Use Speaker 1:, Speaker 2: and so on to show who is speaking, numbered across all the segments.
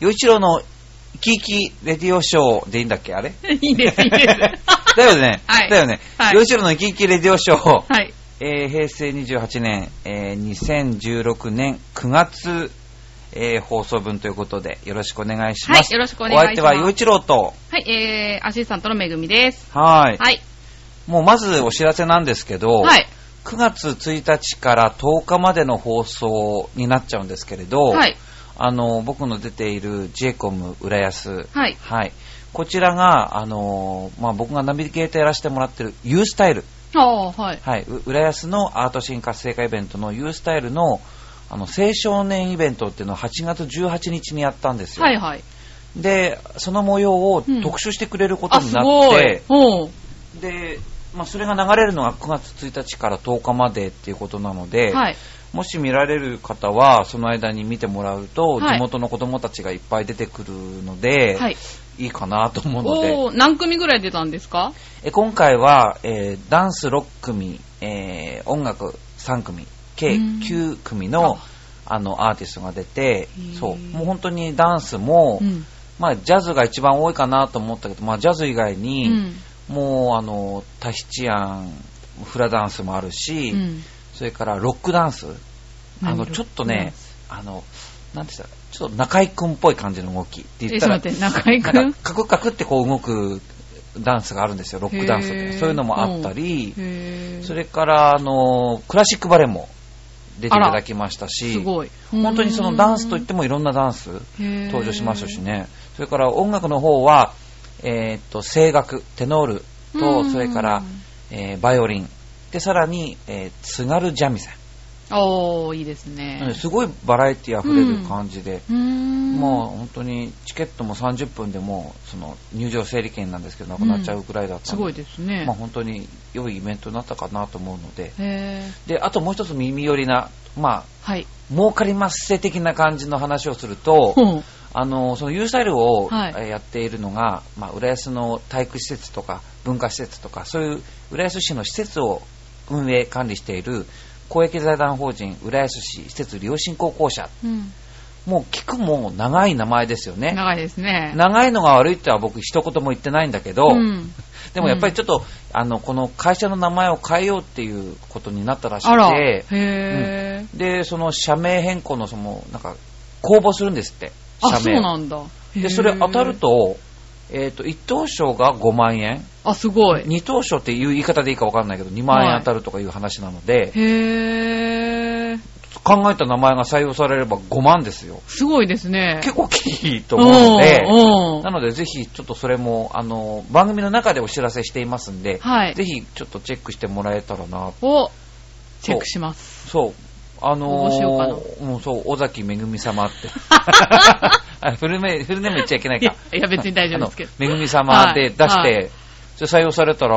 Speaker 1: 洋一郎の生き生きレディオショーでいいんだっけあれ
Speaker 2: いいです、いいです。
Speaker 1: だよね。
Speaker 2: はい
Speaker 1: だよね
Speaker 2: は。い
Speaker 1: 洋一郎の生き生きレディオショー、
Speaker 2: はい。
Speaker 1: えー平成28年、えー2016年9月、えー放送分ということで、よろしくお願いします。
Speaker 2: はいよろしくお願いします
Speaker 1: お相手は洋一郎と、
Speaker 2: はい、えー、アシスタントのめぐみです。
Speaker 1: はい。
Speaker 2: はい。
Speaker 1: もうまずお知らせなんですけど、
Speaker 2: はい。
Speaker 1: 9月1日から10日までの放送になっちゃうんですけれど、
Speaker 2: はい。
Speaker 1: あの僕の出ている JCOM 浦安、
Speaker 2: はい。
Speaker 1: こちらが、あのまあ、僕がナビゲーターやらせてもらってる U スタイル、
Speaker 2: ああ、はい。
Speaker 1: はい、う浦安のアート新活性化イベントの U スタイルのあの青少年イベントっていうのを8月18日にやったんですよ、
Speaker 2: はい、はい。
Speaker 1: でその模様を
Speaker 2: うん
Speaker 1: 特集してくれること
Speaker 2: あ、
Speaker 1: に
Speaker 2: す
Speaker 1: な
Speaker 2: ご
Speaker 1: っ
Speaker 2: い
Speaker 1: て。、
Speaker 2: おう
Speaker 1: で、まあ、それが流れるのが9月1日から10日までっていうことなので、
Speaker 2: はい。
Speaker 1: もし見られる方はその間に見てもらうと、
Speaker 2: はい
Speaker 1: 地元の子供たちがいっぱい出てくるので、、
Speaker 2: はいい。
Speaker 1: いかなと思うので
Speaker 2: おー、何組ぐらい出たんですか
Speaker 1: え今回は、えーダンス6組、えー音楽3組計
Speaker 2: うん
Speaker 1: 9組のあのアーティストが出て
Speaker 2: ー
Speaker 1: そうもう本当にダンスも、
Speaker 2: うん。
Speaker 1: まあ、ジャズが一番多いかなと思ったけど、まあ、ジャズ以外
Speaker 2: う
Speaker 1: に、
Speaker 2: ん。
Speaker 1: もうあのタヒチアンフラダンスもあるし、
Speaker 2: うん
Speaker 1: それからロックダンスあの
Speaker 2: 何
Speaker 1: ちょっとね、あのなんて言ったらちょっと中井くんっぽい感じの動きって言
Speaker 2: え、
Speaker 1: っ
Speaker 2: ち
Speaker 1: た
Speaker 2: ょっと
Speaker 1: ら
Speaker 2: 待って、中居く
Speaker 1: なん
Speaker 2: ん
Speaker 1: かカクカクってこう動くダンスがあるんですよロックダンスって
Speaker 2: へー
Speaker 1: そういうのもあったり、
Speaker 2: へー
Speaker 1: それからあのクラシックバレエも出ていただきましたし
Speaker 2: すごい。
Speaker 1: 本当にそのダンスといって
Speaker 2: も
Speaker 1: もいろんなダンス登場しましたし。ねそれから音楽の方は、えーっと声楽テノール
Speaker 2: う
Speaker 1: と
Speaker 2: ん
Speaker 1: それから、えーバイオリンでさらに、えー津軽三味線、
Speaker 2: おー、いいですね。
Speaker 1: すごいバラエティ溢れる感じで、
Speaker 2: うーん
Speaker 1: もう本当にチケットも30分でもうその入場整理券なんですけどなくなっちゃうくらいだった
Speaker 2: す
Speaker 1: の
Speaker 2: ごい
Speaker 1: で、
Speaker 2: ですね。
Speaker 1: まあ、本当に良いイベントになったかなと思うので
Speaker 2: へー
Speaker 1: であともう一つ耳寄りな、まあ、
Speaker 2: はい。
Speaker 1: 儲かりますせ的な感じの話をすると、
Speaker 2: うん
Speaker 1: あのそのユースタイルを
Speaker 2: はい
Speaker 1: えーやっているのが、まあ、浦安の体育施設とか文化施設とかそういう浦安市の施設を運営管理している公益財団法人浦安市施設良心高校社
Speaker 2: うん。
Speaker 1: もう聞くも長い名前ですよね
Speaker 2: 長いですね。
Speaker 1: 長いのが悪いっては僕一言も言ってないんだけど、
Speaker 2: うん
Speaker 1: でもやっぱりちょっと、あのこの会社の名前を変えようっていうことになったらし
Speaker 2: あら。
Speaker 1: く
Speaker 2: へ
Speaker 1: て
Speaker 2: え。
Speaker 1: でその社名変更のそのなんか公募するんですって
Speaker 2: あ、
Speaker 1: 社
Speaker 2: そう
Speaker 1: 名を
Speaker 2: なんだ。へ
Speaker 1: で
Speaker 2: ー
Speaker 1: それ当たる。と,、えー、と1等賞が5万円
Speaker 2: あ、すごい。
Speaker 1: 2等賞っていう言い方でいいか分かんないけど2万
Speaker 2: は
Speaker 1: 円
Speaker 2: い
Speaker 1: 当たるとかいう話なので、
Speaker 2: へえ。
Speaker 1: 考えた名前が採用されれば5万ですよ
Speaker 2: すごいですね。
Speaker 1: 結構大きいと思うので
Speaker 2: うんうん
Speaker 1: なのでぜひちょっとそれもあの番組の中でお知らせしていますんで、
Speaker 2: はい
Speaker 1: ぜひちょっとチェックしてもらえたらな
Speaker 2: をチェックします。
Speaker 1: そうあの
Speaker 2: 応募しようか
Speaker 1: ーうん、そう尾崎めぐみ様って あフルネフルネーム言っちゃいけない
Speaker 2: いや
Speaker 1: か、
Speaker 2: いや別に大丈夫ですけど
Speaker 1: あ。のめぐみ様で出して、
Speaker 2: はいはい
Speaker 1: それ採用されたら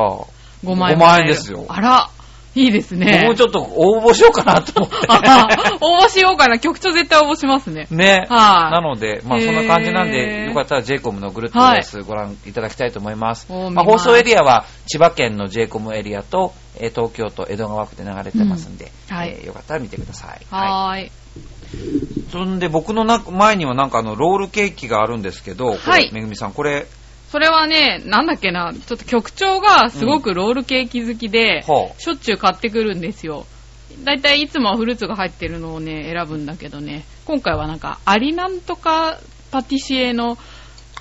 Speaker 2: 5万円。
Speaker 1: 5万円ですよ
Speaker 2: あら、いいですね。
Speaker 1: もうちょっと応募しようかなと思っ
Speaker 2: あら
Speaker 1: て。
Speaker 2: 応募しようかな。局長絶対応募しますね。
Speaker 1: ね。
Speaker 2: はい
Speaker 1: なので、まあ
Speaker 2: へー
Speaker 1: そんな感じなんで、よかったら JCOM のぐるっとレースご覧いただきたいと思います。
Speaker 2: おー
Speaker 1: まあ
Speaker 2: 見ま
Speaker 1: 放
Speaker 2: す
Speaker 1: 送エリアは千葉県の JCOM エリアと、えー東京都江戸川区で流れてますんで、
Speaker 2: うんはい
Speaker 1: えーよかったら見てください。は
Speaker 2: はーい。
Speaker 1: い。そんで僕のな前にはなんかあの、ロールケーキがあるんですけど、これ
Speaker 2: はい
Speaker 1: めぐみさん、これ、
Speaker 2: それはね、なんだっけな、ちょっと局長がすごくロールケーキ好きで、
Speaker 1: ほう
Speaker 2: しょっちゅう買ってくるんですよ。だいたいいつもはフルーツが入ってるのをね、選ぶんだけどね、今回はなんか、アリなんとかパティシエの、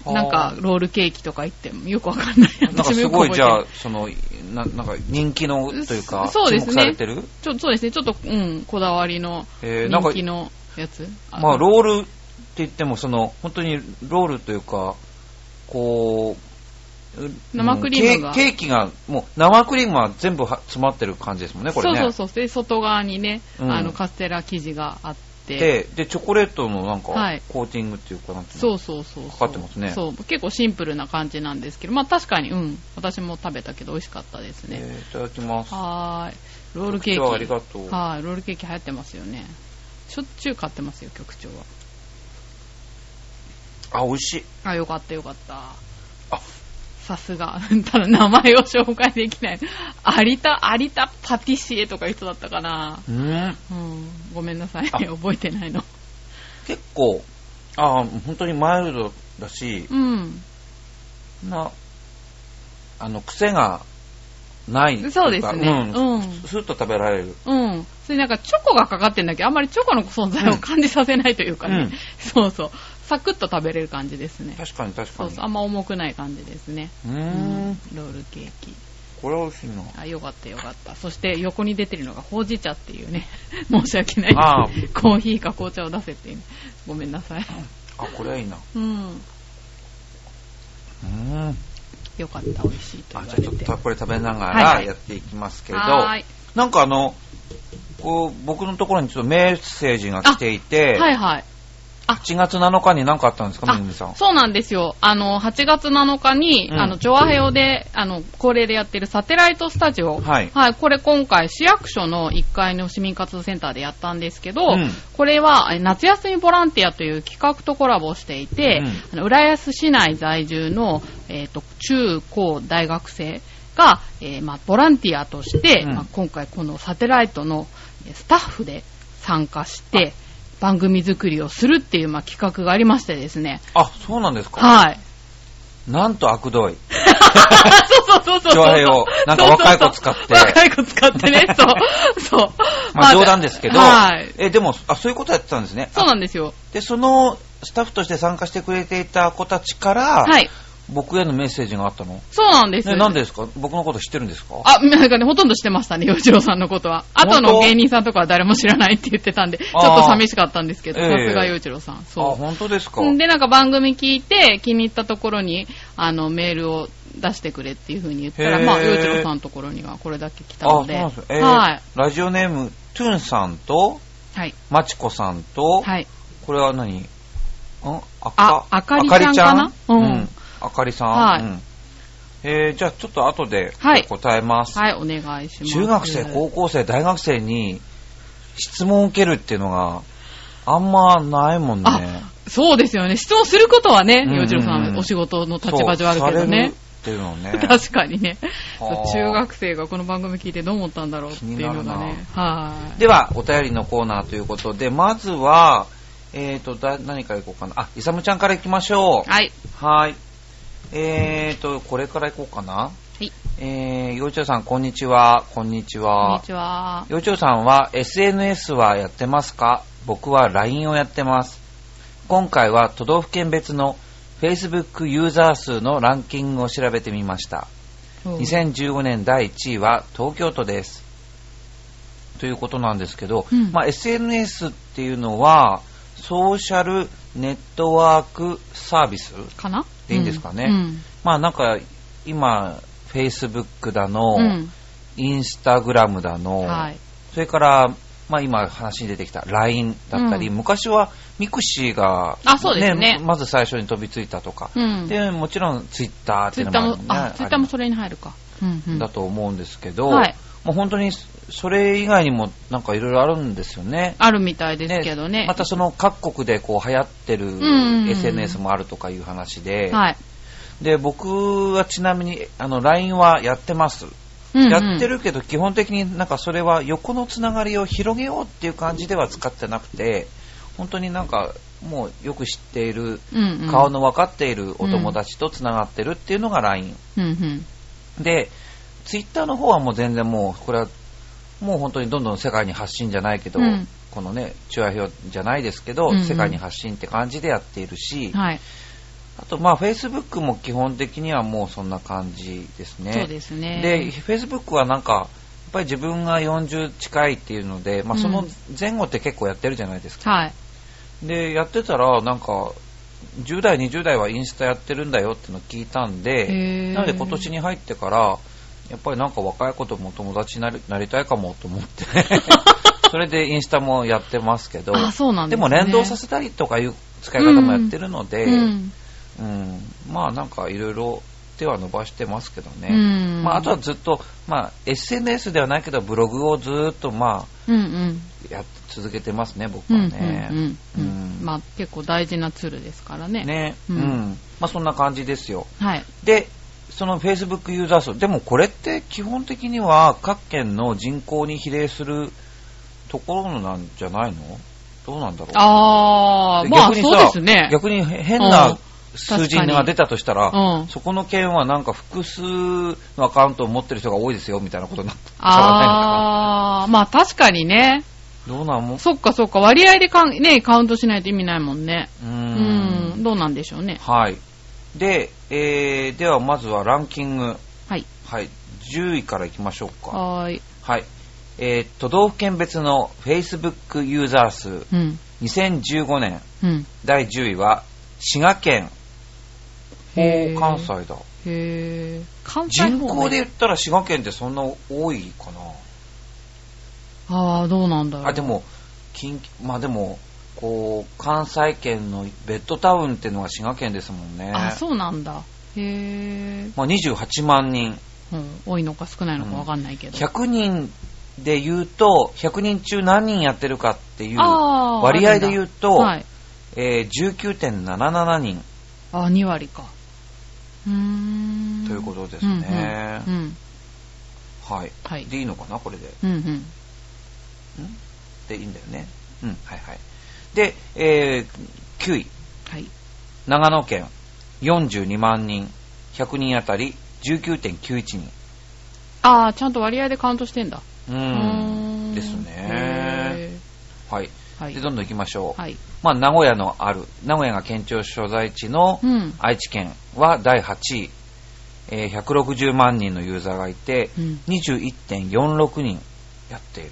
Speaker 2: なん
Speaker 1: あ
Speaker 2: か
Speaker 1: ー、
Speaker 2: ロールケーキとか言ってもよくわかんない。
Speaker 1: なんか
Speaker 2: 私も
Speaker 1: す
Speaker 2: よく
Speaker 1: ご
Speaker 2: 覚え
Speaker 1: い、
Speaker 2: て
Speaker 1: じ
Speaker 2: な
Speaker 1: ゃあ、その、ななんか人気のというか、
Speaker 2: そうですね
Speaker 1: 注目されてる
Speaker 2: ちょそうですね、ちょっと、うん、こだわりの、
Speaker 1: えーなんか
Speaker 2: 人気のやつ。
Speaker 1: まあ、ロールって言っても、その、本当にロールというか、こう、う
Speaker 2: 生クリームが
Speaker 1: ケーケーキが、もう生クリームは全部は詰まってる感じですもんね、これね。
Speaker 2: そうそうそう。で、外側にね、
Speaker 1: うん
Speaker 2: あの、カステラ生地があって。
Speaker 1: で、で、チョコレートのなんか、
Speaker 2: はい
Speaker 1: コーティングっていうか、なんていうの
Speaker 2: そうそうそうそう。
Speaker 1: かかってますね
Speaker 2: そう。結構シンプルな感じなんですけど、まあ確かに、うん。私も食べたけど美味しかったですね。
Speaker 1: えーいただきます。
Speaker 2: はーい。ロールケ
Speaker 1: 局長
Speaker 2: ー
Speaker 1: あり
Speaker 2: キ。
Speaker 1: がとう。
Speaker 2: はい。ロールケーキ流行ってますよね。しょっちゅう買ってますよ、局長は。
Speaker 1: あ、美味しい。
Speaker 2: あ、よかったよかった。
Speaker 1: あ
Speaker 2: さすが。 ただ名前を紹介できない。有田、有田パティシエとかいう人だったかな。
Speaker 1: うーん。
Speaker 2: うん。ごめんなさい。
Speaker 1: あ
Speaker 2: 覚えてないの。
Speaker 1: 結構、ああ、本当にマイルドだし、
Speaker 2: うん。
Speaker 1: そんな、あの、癖がないといか。
Speaker 2: そうですね。
Speaker 1: うん。
Speaker 2: うん。
Speaker 1: スーッと食べられる。
Speaker 2: うん。それなんかチョコがかかってんだけど、あんまりチョコの存在を感じさせないというかね。
Speaker 1: うん
Speaker 2: そうそう。サクッと食べれる感じですね。
Speaker 1: 確かに確か
Speaker 2: そう
Speaker 1: に。
Speaker 2: そう。あんま重くない感じですね。
Speaker 1: うー
Speaker 2: う
Speaker 1: ん。
Speaker 2: ロールケーキ。
Speaker 1: これは美味しいな。
Speaker 2: あ、よかったよかった。そして横に出てるのがほうじ茶っていうね。 申し訳ない。
Speaker 1: ああ、
Speaker 2: コーヒーか紅茶を出せっていう。ごめんなさい。
Speaker 1: あ、これはいいな。
Speaker 2: うん。
Speaker 1: うーん。
Speaker 2: よかった。美味しいと
Speaker 1: あ、じゃあ
Speaker 2: 言われ。
Speaker 1: ちょってとこれ食べなが
Speaker 2: はいは
Speaker 1: ら
Speaker 2: い
Speaker 1: やっていきますけれど、
Speaker 2: はーい。
Speaker 1: なんかあの、こう、僕のところにちょっとメッセージが来ていて、
Speaker 2: はいはい。
Speaker 1: 8月7日に何かあったんですか、
Speaker 2: あ
Speaker 1: めぐみさん。
Speaker 2: そうなんですよ。あの、8月7日に、
Speaker 1: うん
Speaker 2: あの、チョアヘオで、あの、恒例でやってるサテライトスタジオ。
Speaker 1: はい
Speaker 2: これ今回、市役所の1階の市民活動センターでやったんですけど、
Speaker 1: うん
Speaker 2: これは、え夏休みボランティアという企画とコラボしていて、あの浦安市内在住の、えっ、と、中高大学生が、えーまあ、ボランティアとして、
Speaker 1: うん
Speaker 2: まあ、今回このサテライトのえースタッフで参加して、番組作りをするっていう、まあ、企画がありましてですね。
Speaker 1: あ、そうなんですか。
Speaker 2: はい。
Speaker 1: なんと悪どい。
Speaker 2: そうそうそうそう。
Speaker 1: 調和兵をなんか若い子使って
Speaker 2: そうそうそう若い子使っ てね、そう。そう。
Speaker 1: まあ冗談ですけど、
Speaker 2: はい。
Speaker 1: え、でも、あ、そういうことやってたんですね。
Speaker 2: そうなんですよ。
Speaker 1: で、そのスタッフとして参加してくれていた子たちから、
Speaker 2: はい。
Speaker 1: 僕へのメッセージがあったの。
Speaker 2: そうなんです。
Speaker 1: ね、なんでですか僕のこと知ってるんですか
Speaker 2: あ、なんかね、ほとんどしてましたね、吉郎さんのことは。あ
Speaker 1: 本当
Speaker 2: との芸人さんとかは誰も知らないって言ってたんで、ちょ
Speaker 1: あ
Speaker 2: っ
Speaker 1: ー
Speaker 2: と寂しかったんですけど、
Speaker 1: え
Speaker 2: さ
Speaker 1: え
Speaker 2: すが吉郎さん。
Speaker 1: あ、
Speaker 2: そう。
Speaker 1: 本当ですか
Speaker 2: で、なんか番組聞いて、気に入ったところに、あの、メールを出してくれっていう風に言ったら、
Speaker 1: へー
Speaker 2: まあ、洋一郎さんのところにはこれだけ来た
Speaker 1: あ、そ
Speaker 2: の
Speaker 1: う
Speaker 2: で。
Speaker 1: なんですよ。えー
Speaker 2: はい。
Speaker 1: ラジオネーム、トゥンさんと、
Speaker 2: はい。
Speaker 1: マチコさんと、
Speaker 2: はい。
Speaker 1: これは何んあ
Speaker 2: ああかりちゃんかな
Speaker 1: うん。
Speaker 2: うん
Speaker 1: あかりさん。
Speaker 2: はい
Speaker 1: うんえー、じゃあちょっと後で
Speaker 2: はい
Speaker 1: 答えます。
Speaker 2: はい、お願いします。
Speaker 1: 中学生、高校生、大学生に質問を受けるっていうのがあんまないもんね。
Speaker 2: あそうですよね。質問することはね、
Speaker 1: うんうんうん
Speaker 2: 洋次郎さん、お仕事の立場上あるけ
Speaker 1: そ
Speaker 2: どね。
Speaker 1: うされるっていうのをね。
Speaker 2: 確かにね。
Speaker 1: はあ
Speaker 2: 中学生がこの番組聞いてどう思ったんだろうっていうのが
Speaker 1: 気
Speaker 2: ね
Speaker 1: に。
Speaker 2: はい。
Speaker 1: では、お便りのコーナーということで、まずは、えーと、だ何からいこうかな。あ、イサムちゃんからいきましょう。
Speaker 2: はい。
Speaker 1: はーい。えーと、これからいこうかな。
Speaker 2: はい。
Speaker 1: えー、幼鳥さん、こんにちは。こんにち
Speaker 2: こん
Speaker 1: は
Speaker 2: に。ちは。
Speaker 1: 幼鳥さんは SNS はやってますか僕は LINE をやってます。今回は都道府県別の Facebook ユーザー数のランキングを調べてみました。2015年第1位は東京都です。ということなんですけど、
Speaker 2: うん
Speaker 1: まあ、SNS っていうのは、ソーシャルネットワークサービス
Speaker 2: かな
Speaker 1: でいいんですかね
Speaker 2: うん
Speaker 1: まあなんか、今、Facebook だの、
Speaker 2: うん。
Speaker 1: Instagram だの、
Speaker 2: うんはい。
Speaker 1: それから、まあ今話に出てきた LINE だったり、
Speaker 2: うん昔
Speaker 1: 昔はミクシーが、
Speaker 2: あそうですね
Speaker 1: まず最初に飛びついたとか、
Speaker 2: うん。
Speaker 1: で、もちろん Twitter って
Speaker 2: ツ
Speaker 1: い
Speaker 2: イ
Speaker 1: うの
Speaker 2: ッター
Speaker 1: も
Speaker 2: も、あ、ツイッターもそ
Speaker 1: れ
Speaker 2: れに入るか。うんうん。
Speaker 1: だと思うんですけど、
Speaker 2: はい
Speaker 1: もう本当にそれ以外にもなんかいろいろあるんですよね。
Speaker 2: あるみたいですけどね。
Speaker 1: またその各国でこう流行ってる
Speaker 2: ん
Speaker 1: SNS もあるとかいう話で、
Speaker 2: はい。
Speaker 1: で僕はちなみにあの LINE はやってます、
Speaker 2: うんうん
Speaker 1: やってるけど基本的になんかそれは横のつながりを広げようっていう感じでは使ってなくて本当になんかもうよく知っている
Speaker 2: うんうん
Speaker 1: 顔の分かっているお友達とつながってるっていうのが LINE
Speaker 2: うんうん。
Speaker 1: で Twitter の方はもう全然もうこれはもう本当にどんどん世界に発信じゃないけど、
Speaker 2: うん
Speaker 1: このね中和表じゃないですけど、
Speaker 2: うんうん
Speaker 1: 世界に発信って感じでやっているし、
Speaker 2: はい。
Speaker 1: あと、まあ、Facebook も基本的にはもうそんな感じですね。
Speaker 2: そうですね。
Speaker 1: で、Facebook はなんか、やっぱり自分が40近いっていうので、まあ、その前後って結構やってるじゃないですか。
Speaker 2: はい。
Speaker 1: で、やってたら、なんか、10代、20代はインスタやってるんだよっていうのを聞いたん
Speaker 2: へ
Speaker 1: で、
Speaker 2: ー
Speaker 1: なので今年に入ってから、やっぱりなんか若い子とも友達になりなりたいかもと思っ て、それでインスタもやってますけど、
Speaker 2: あ、そうなん
Speaker 1: で
Speaker 2: です
Speaker 1: も
Speaker 2: ね。
Speaker 1: 連動させたりとかいう使い方もやってるので、
Speaker 2: うん
Speaker 1: うん、まあなんかいろいろ手は伸ばしてますけどね、
Speaker 2: うん
Speaker 1: まあ、あとはずっと、まあ、SNS ではないけどブログをずっとまあ
Speaker 2: うんうん。
Speaker 1: やっ続けてますね僕
Speaker 2: うん
Speaker 1: は
Speaker 2: うん
Speaker 1: ね。
Speaker 2: うんう
Speaker 1: うんん
Speaker 2: まあ結構大事なツールですからね。
Speaker 1: ね
Speaker 2: う
Speaker 1: うんんまあ、そんな感じですよ
Speaker 2: はい。
Speaker 1: でその Facebook ユーザー数でもこれって基本的には各県の人口に比例するところなんじゃないのどうなんだろう。
Speaker 2: あー、まあ
Speaker 1: 逆に
Speaker 2: そう
Speaker 1: さ
Speaker 2: ですね。
Speaker 1: 逆に変
Speaker 2: う
Speaker 1: なん数字が出たとしたら、
Speaker 2: うん
Speaker 1: そこの件はなんか複数のアカウントを持ってる人が多いですよみたいなことになっちゃわないのか
Speaker 2: あー、まあ確かにね。
Speaker 1: な。どうなんもう
Speaker 2: そっかそっか、割合でかん、ね、カウントしないと意味ないもんね。
Speaker 1: ー
Speaker 2: うんん、どうなんでしょうね。
Speaker 1: はい。で、えー、ではまずはランキング。
Speaker 2: はい。
Speaker 1: はい。10位からいきましょうか。
Speaker 2: はーい。
Speaker 1: はい。えー、都道府県別の Facebook ユーザー数、
Speaker 2: うん、
Speaker 1: 2015年
Speaker 2: うん。
Speaker 1: 第10位は、滋賀県。お
Speaker 2: へー
Speaker 1: ー関西だ。
Speaker 2: へー。関西
Speaker 1: 人
Speaker 2: 方面
Speaker 1: 口で言ったら滋賀県ってそんな多いか
Speaker 2: あー、どうなんだろう。
Speaker 1: な。あ、で。も、近畿、まあでも、こう、関西圏のベッドタウンってのは滋賀県ですもんね。
Speaker 2: あ、そうなんだ。へー。
Speaker 1: まあ28万人。
Speaker 2: うん、多いのか少ないのかわかんないけど。
Speaker 1: 100人で言うと、100人中何人やってるかっていう
Speaker 2: あー
Speaker 1: 割合で言うと、
Speaker 2: はい。
Speaker 1: えー19.77人
Speaker 2: あ、2割か。うーん。
Speaker 1: ということですね。
Speaker 2: うん、うんうん。
Speaker 1: はい。
Speaker 2: はい
Speaker 1: でいいのかな、これで。
Speaker 2: うんうん。
Speaker 1: でいいんだよね。うん、はいはい。で、えー9位、
Speaker 2: はい。
Speaker 1: 長野県42万人、100人あたり19.91人。
Speaker 2: ああ、ちゃんと割合でカウントしてんだ。
Speaker 1: う
Speaker 2: う
Speaker 1: ーん、ですね。
Speaker 2: へ
Speaker 1: はい。
Speaker 2: ーはい
Speaker 1: で、。どんどん行きましょう。
Speaker 2: はい。
Speaker 1: まあ、名古屋のある、名古屋が県庁所在地の
Speaker 2: うん。
Speaker 1: 愛知県は第8位、えー160万人のユーザーがいて、
Speaker 2: うん
Speaker 1: 21.46人やっている。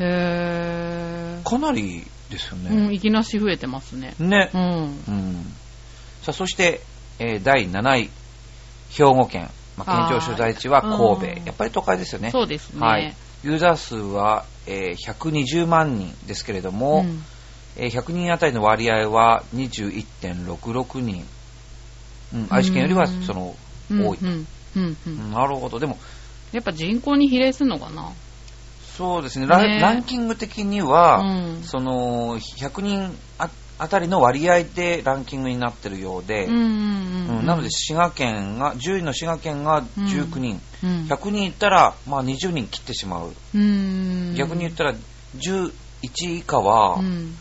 Speaker 2: へ
Speaker 1: かなりですよ
Speaker 2: ー。うん、
Speaker 1: ね。
Speaker 2: いきなし増えてますね。
Speaker 1: ね
Speaker 2: う。ん。
Speaker 1: うん。さあ、そして、えー第7位、兵庫県。まあ、県庁所在地は神
Speaker 2: うん
Speaker 1: 戸。やっぱり都会ですよね。
Speaker 2: そうですね。
Speaker 1: はい。ユーザー数は、えー120万人ですけれど
Speaker 2: う
Speaker 1: も、
Speaker 2: ん。
Speaker 1: えー100人あたりの割合は21.66人。うん、愛知県よりは、その、
Speaker 2: うん
Speaker 1: 多い。
Speaker 2: うん。うん。う
Speaker 1: うんんなるほど。でも、
Speaker 2: やっぱ人口に比例するのかな。
Speaker 1: そうですね、ラ
Speaker 2: ね
Speaker 1: ランキング的には、
Speaker 2: うん。
Speaker 1: その100人ああたりの割合でランキングになってるようで、
Speaker 2: うんうんうん
Speaker 1: うんなので滋賀県が10位の滋賀県が19人、
Speaker 2: うん
Speaker 1: 100人いったら、まあ、20人切ってしまう、
Speaker 2: うん。
Speaker 1: 逆に言ったら11位以下
Speaker 2: う
Speaker 1: は
Speaker 2: ん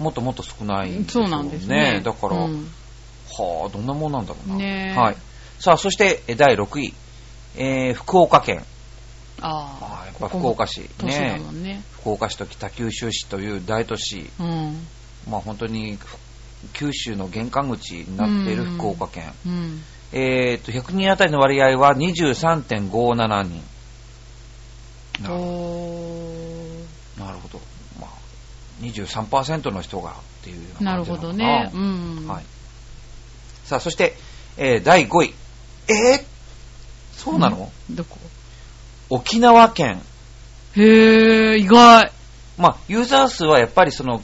Speaker 1: もっともっと少ないんです
Speaker 2: そ
Speaker 1: よ
Speaker 2: う
Speaker 1: ね
Speaker 2: なんですね。
Speaker 1: だから、
Speaker 2: うん
Speaker 1: はあどんなもんなんだろうな、
Speaker 2: ねえ
Speaker 1: はい、さあそしてえ第6位、えー福岡県、
Speaker 2: あ
Speaker 1: まあ、やっ
Speaker 2: あ、
Speaker 1: ぱ福岡市
Speaker 2: 都市だもんね。
Speaker 1: 福岡市と北九州市という大都市、
Speaker 2: うん。
Speaker 1: まあ、本当にふ九州の玄関口になっている福岡県、
Speaker 2: うん。
Speaker 1: えー、と100人あたりの割合は23.57人なる
Speaker 2: お
Speaker 1: なるほど、まあ、23%の人がっていうよう
Speaker 2: ーなる
Speaker 1: 感じ
Speaker 2: ほ
Speaker 1: のか
Speaker 2: ど
Speaker 1: な
Speaker 2: ね。うん。
Speaker 1: はい、さあそして、えー第5位えー、そうなの、
Speaker 2: うんどこ
Speaker 1: 沖縄県
Speaker 2: へえ、意外。
Speaker 1: まあ、ユーザー数はやっぱりその、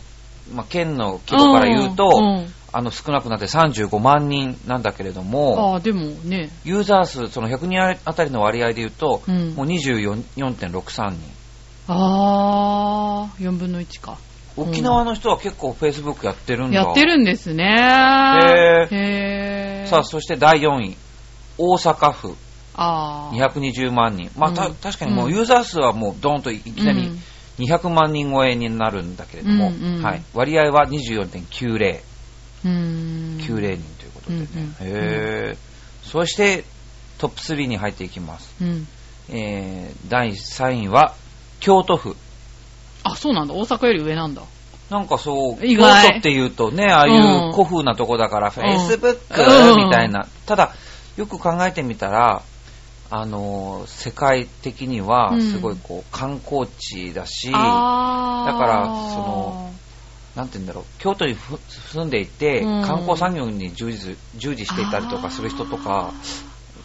Speaker 1: まあ、県の規模から言うと、
Speaker 2: んん
Speaker 1: あの少なくなって35万人なんだけれども、
Speaker 2: ああ、でもね。
Speaker 1: ユーザー数、その100人あたりの割合で言うと、
Speaker 2: うん
Speaker 1: もう24.63人。
Speaker 2: ああ、4分の1か。うん
Speaker 1: 沖縄の人は結構 Facebook やってるんだ。
Speaker 2: やってるんですね。
Speaker 1: え
Speaker 2: へえ。
Speaker 1: さあ、そして第4位。大阪府
Speaker 2: ああ。
Speaker 1: 220万人。まあ、た
Speaker 2: うん
Speaker 1: 確かにもううんユーザー数はもうドーンといきなり200万人超えになるんだけれども、
Speaker 2: うんうん
Speaker 1: はい、割合は24.90。
Speaker 2: うん。
Speaker 1: 9 0人ということでね、
Speaker 2: うんうん
Speaker 1: へえそしてトップ3に入っていきます、
Speaker 2: うん。
Speaker 1: えー、第3位は京都府
Speaker 2: あ、そうなんだ。大阪より上なんだ。
Speaker 1: なんかそう
Speaker 2: 意
Speaker 1: 京
Speaker 2: 外
Speaker 1: 都っていうとねああいううん古風なとこだから、フェイスブッ
Speaker 2: う
Speaker 1: ク
Speaker 2: ん
Speaker 1: みたいな、ただよく考えてみたらあのー世界的には
Speaker 2: うん
Speaker 1: すごいこう観光地だし、
Speaker 2: ああ。
Speaker 1: だからその、なんて言うんだろう京都にふ住んでいて、
Speaker 2: うん
Speaker 1: 観光産業に従事従事していたりとかする人とか
Speaker 2: あー。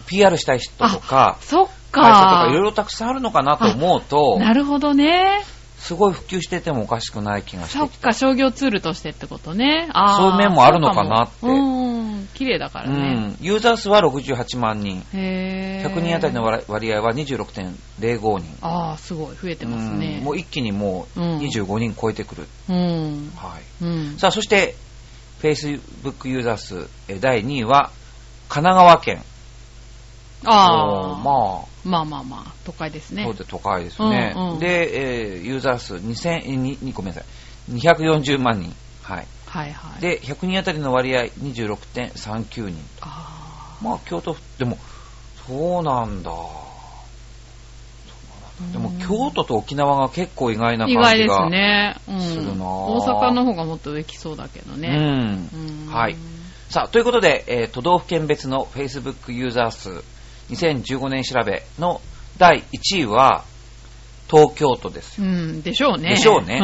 Speaker 1: PR したい人とか、
Speaker 2: そっ
Speaker 1: 会社とかいろい
Speaker 2: か。
Speaker 1: ろたくさんあるのかなと思うと、
Speaker 2: なるほどね。
Speaker 1: すごい普及しててもおかしくない気がし
Speaker 2: そ
Speaker 1: て
Speaker 2: っ
Speaker 1: きて。
Speaker 2: か、商業ツールとしてってことね。あー
Speaker 1: そういう面もあるのかなって
Speaker 2: そうかもうん。綺麗だか
Speaker 1: う
Speaker 2: らね。
Speaker 1: ん、ユーザー数は68万人、
Speaker 2: へー
Speaker 1: 100人あたりの割割合は26.05人。
Speaker 2: ああ、すごい、増えてますね
Speaker 1: うん。もう一気にもう
Speaker 2: うん
Speaker 1: 25人超えてくる。
Speaker 2: うん。
Speaker 1: はい
Speaker 2: うん。
Speaker 1: さあ、そして、Facebook ユーザー数え第2位は、神奈川県。
Speaker 2: ああ、まあ、
Speaker 1: も
Speaker 2: まあまあまあ、都会です
Speaker 1: うまあ、
Speaker 2: ね
Speaker 1: そう。で都会ですね。
Speaker 2: うんうん
Speaker 1: で、えーユーザー数2000、えーににごめんなさい。 240万人。はい。
Speaker 2: はいはい。、
Speaker 1: で、100人当たりの割合26.39人。
Speaker 2: あ
Speaker 1: まあ、京都府、でも、そうなんだ。
Speaker 2: ー
Speaker 1: でも、京都と沖縄が結構意外な
Speaker 2: 意
Speaker 1: 感
Speaker 2: 外
Speaker 1: じ
Speaker 2: で
Speaker 1: が。
Speaker 2: すね。うん。
Speaker 1: するなぁ
Speaker 2: 大阪の方がもっと上来そうだけどね。
Speaker 1: う。
Speaker 2: うんん
Speaker 1: はい。さあ、ということで、えー都道府県別の Facebook ユーザー数2015年調べの第1位は東京都ですよ。
Speaker 2: うん、でしょうね。
Speaker 1: でしょうね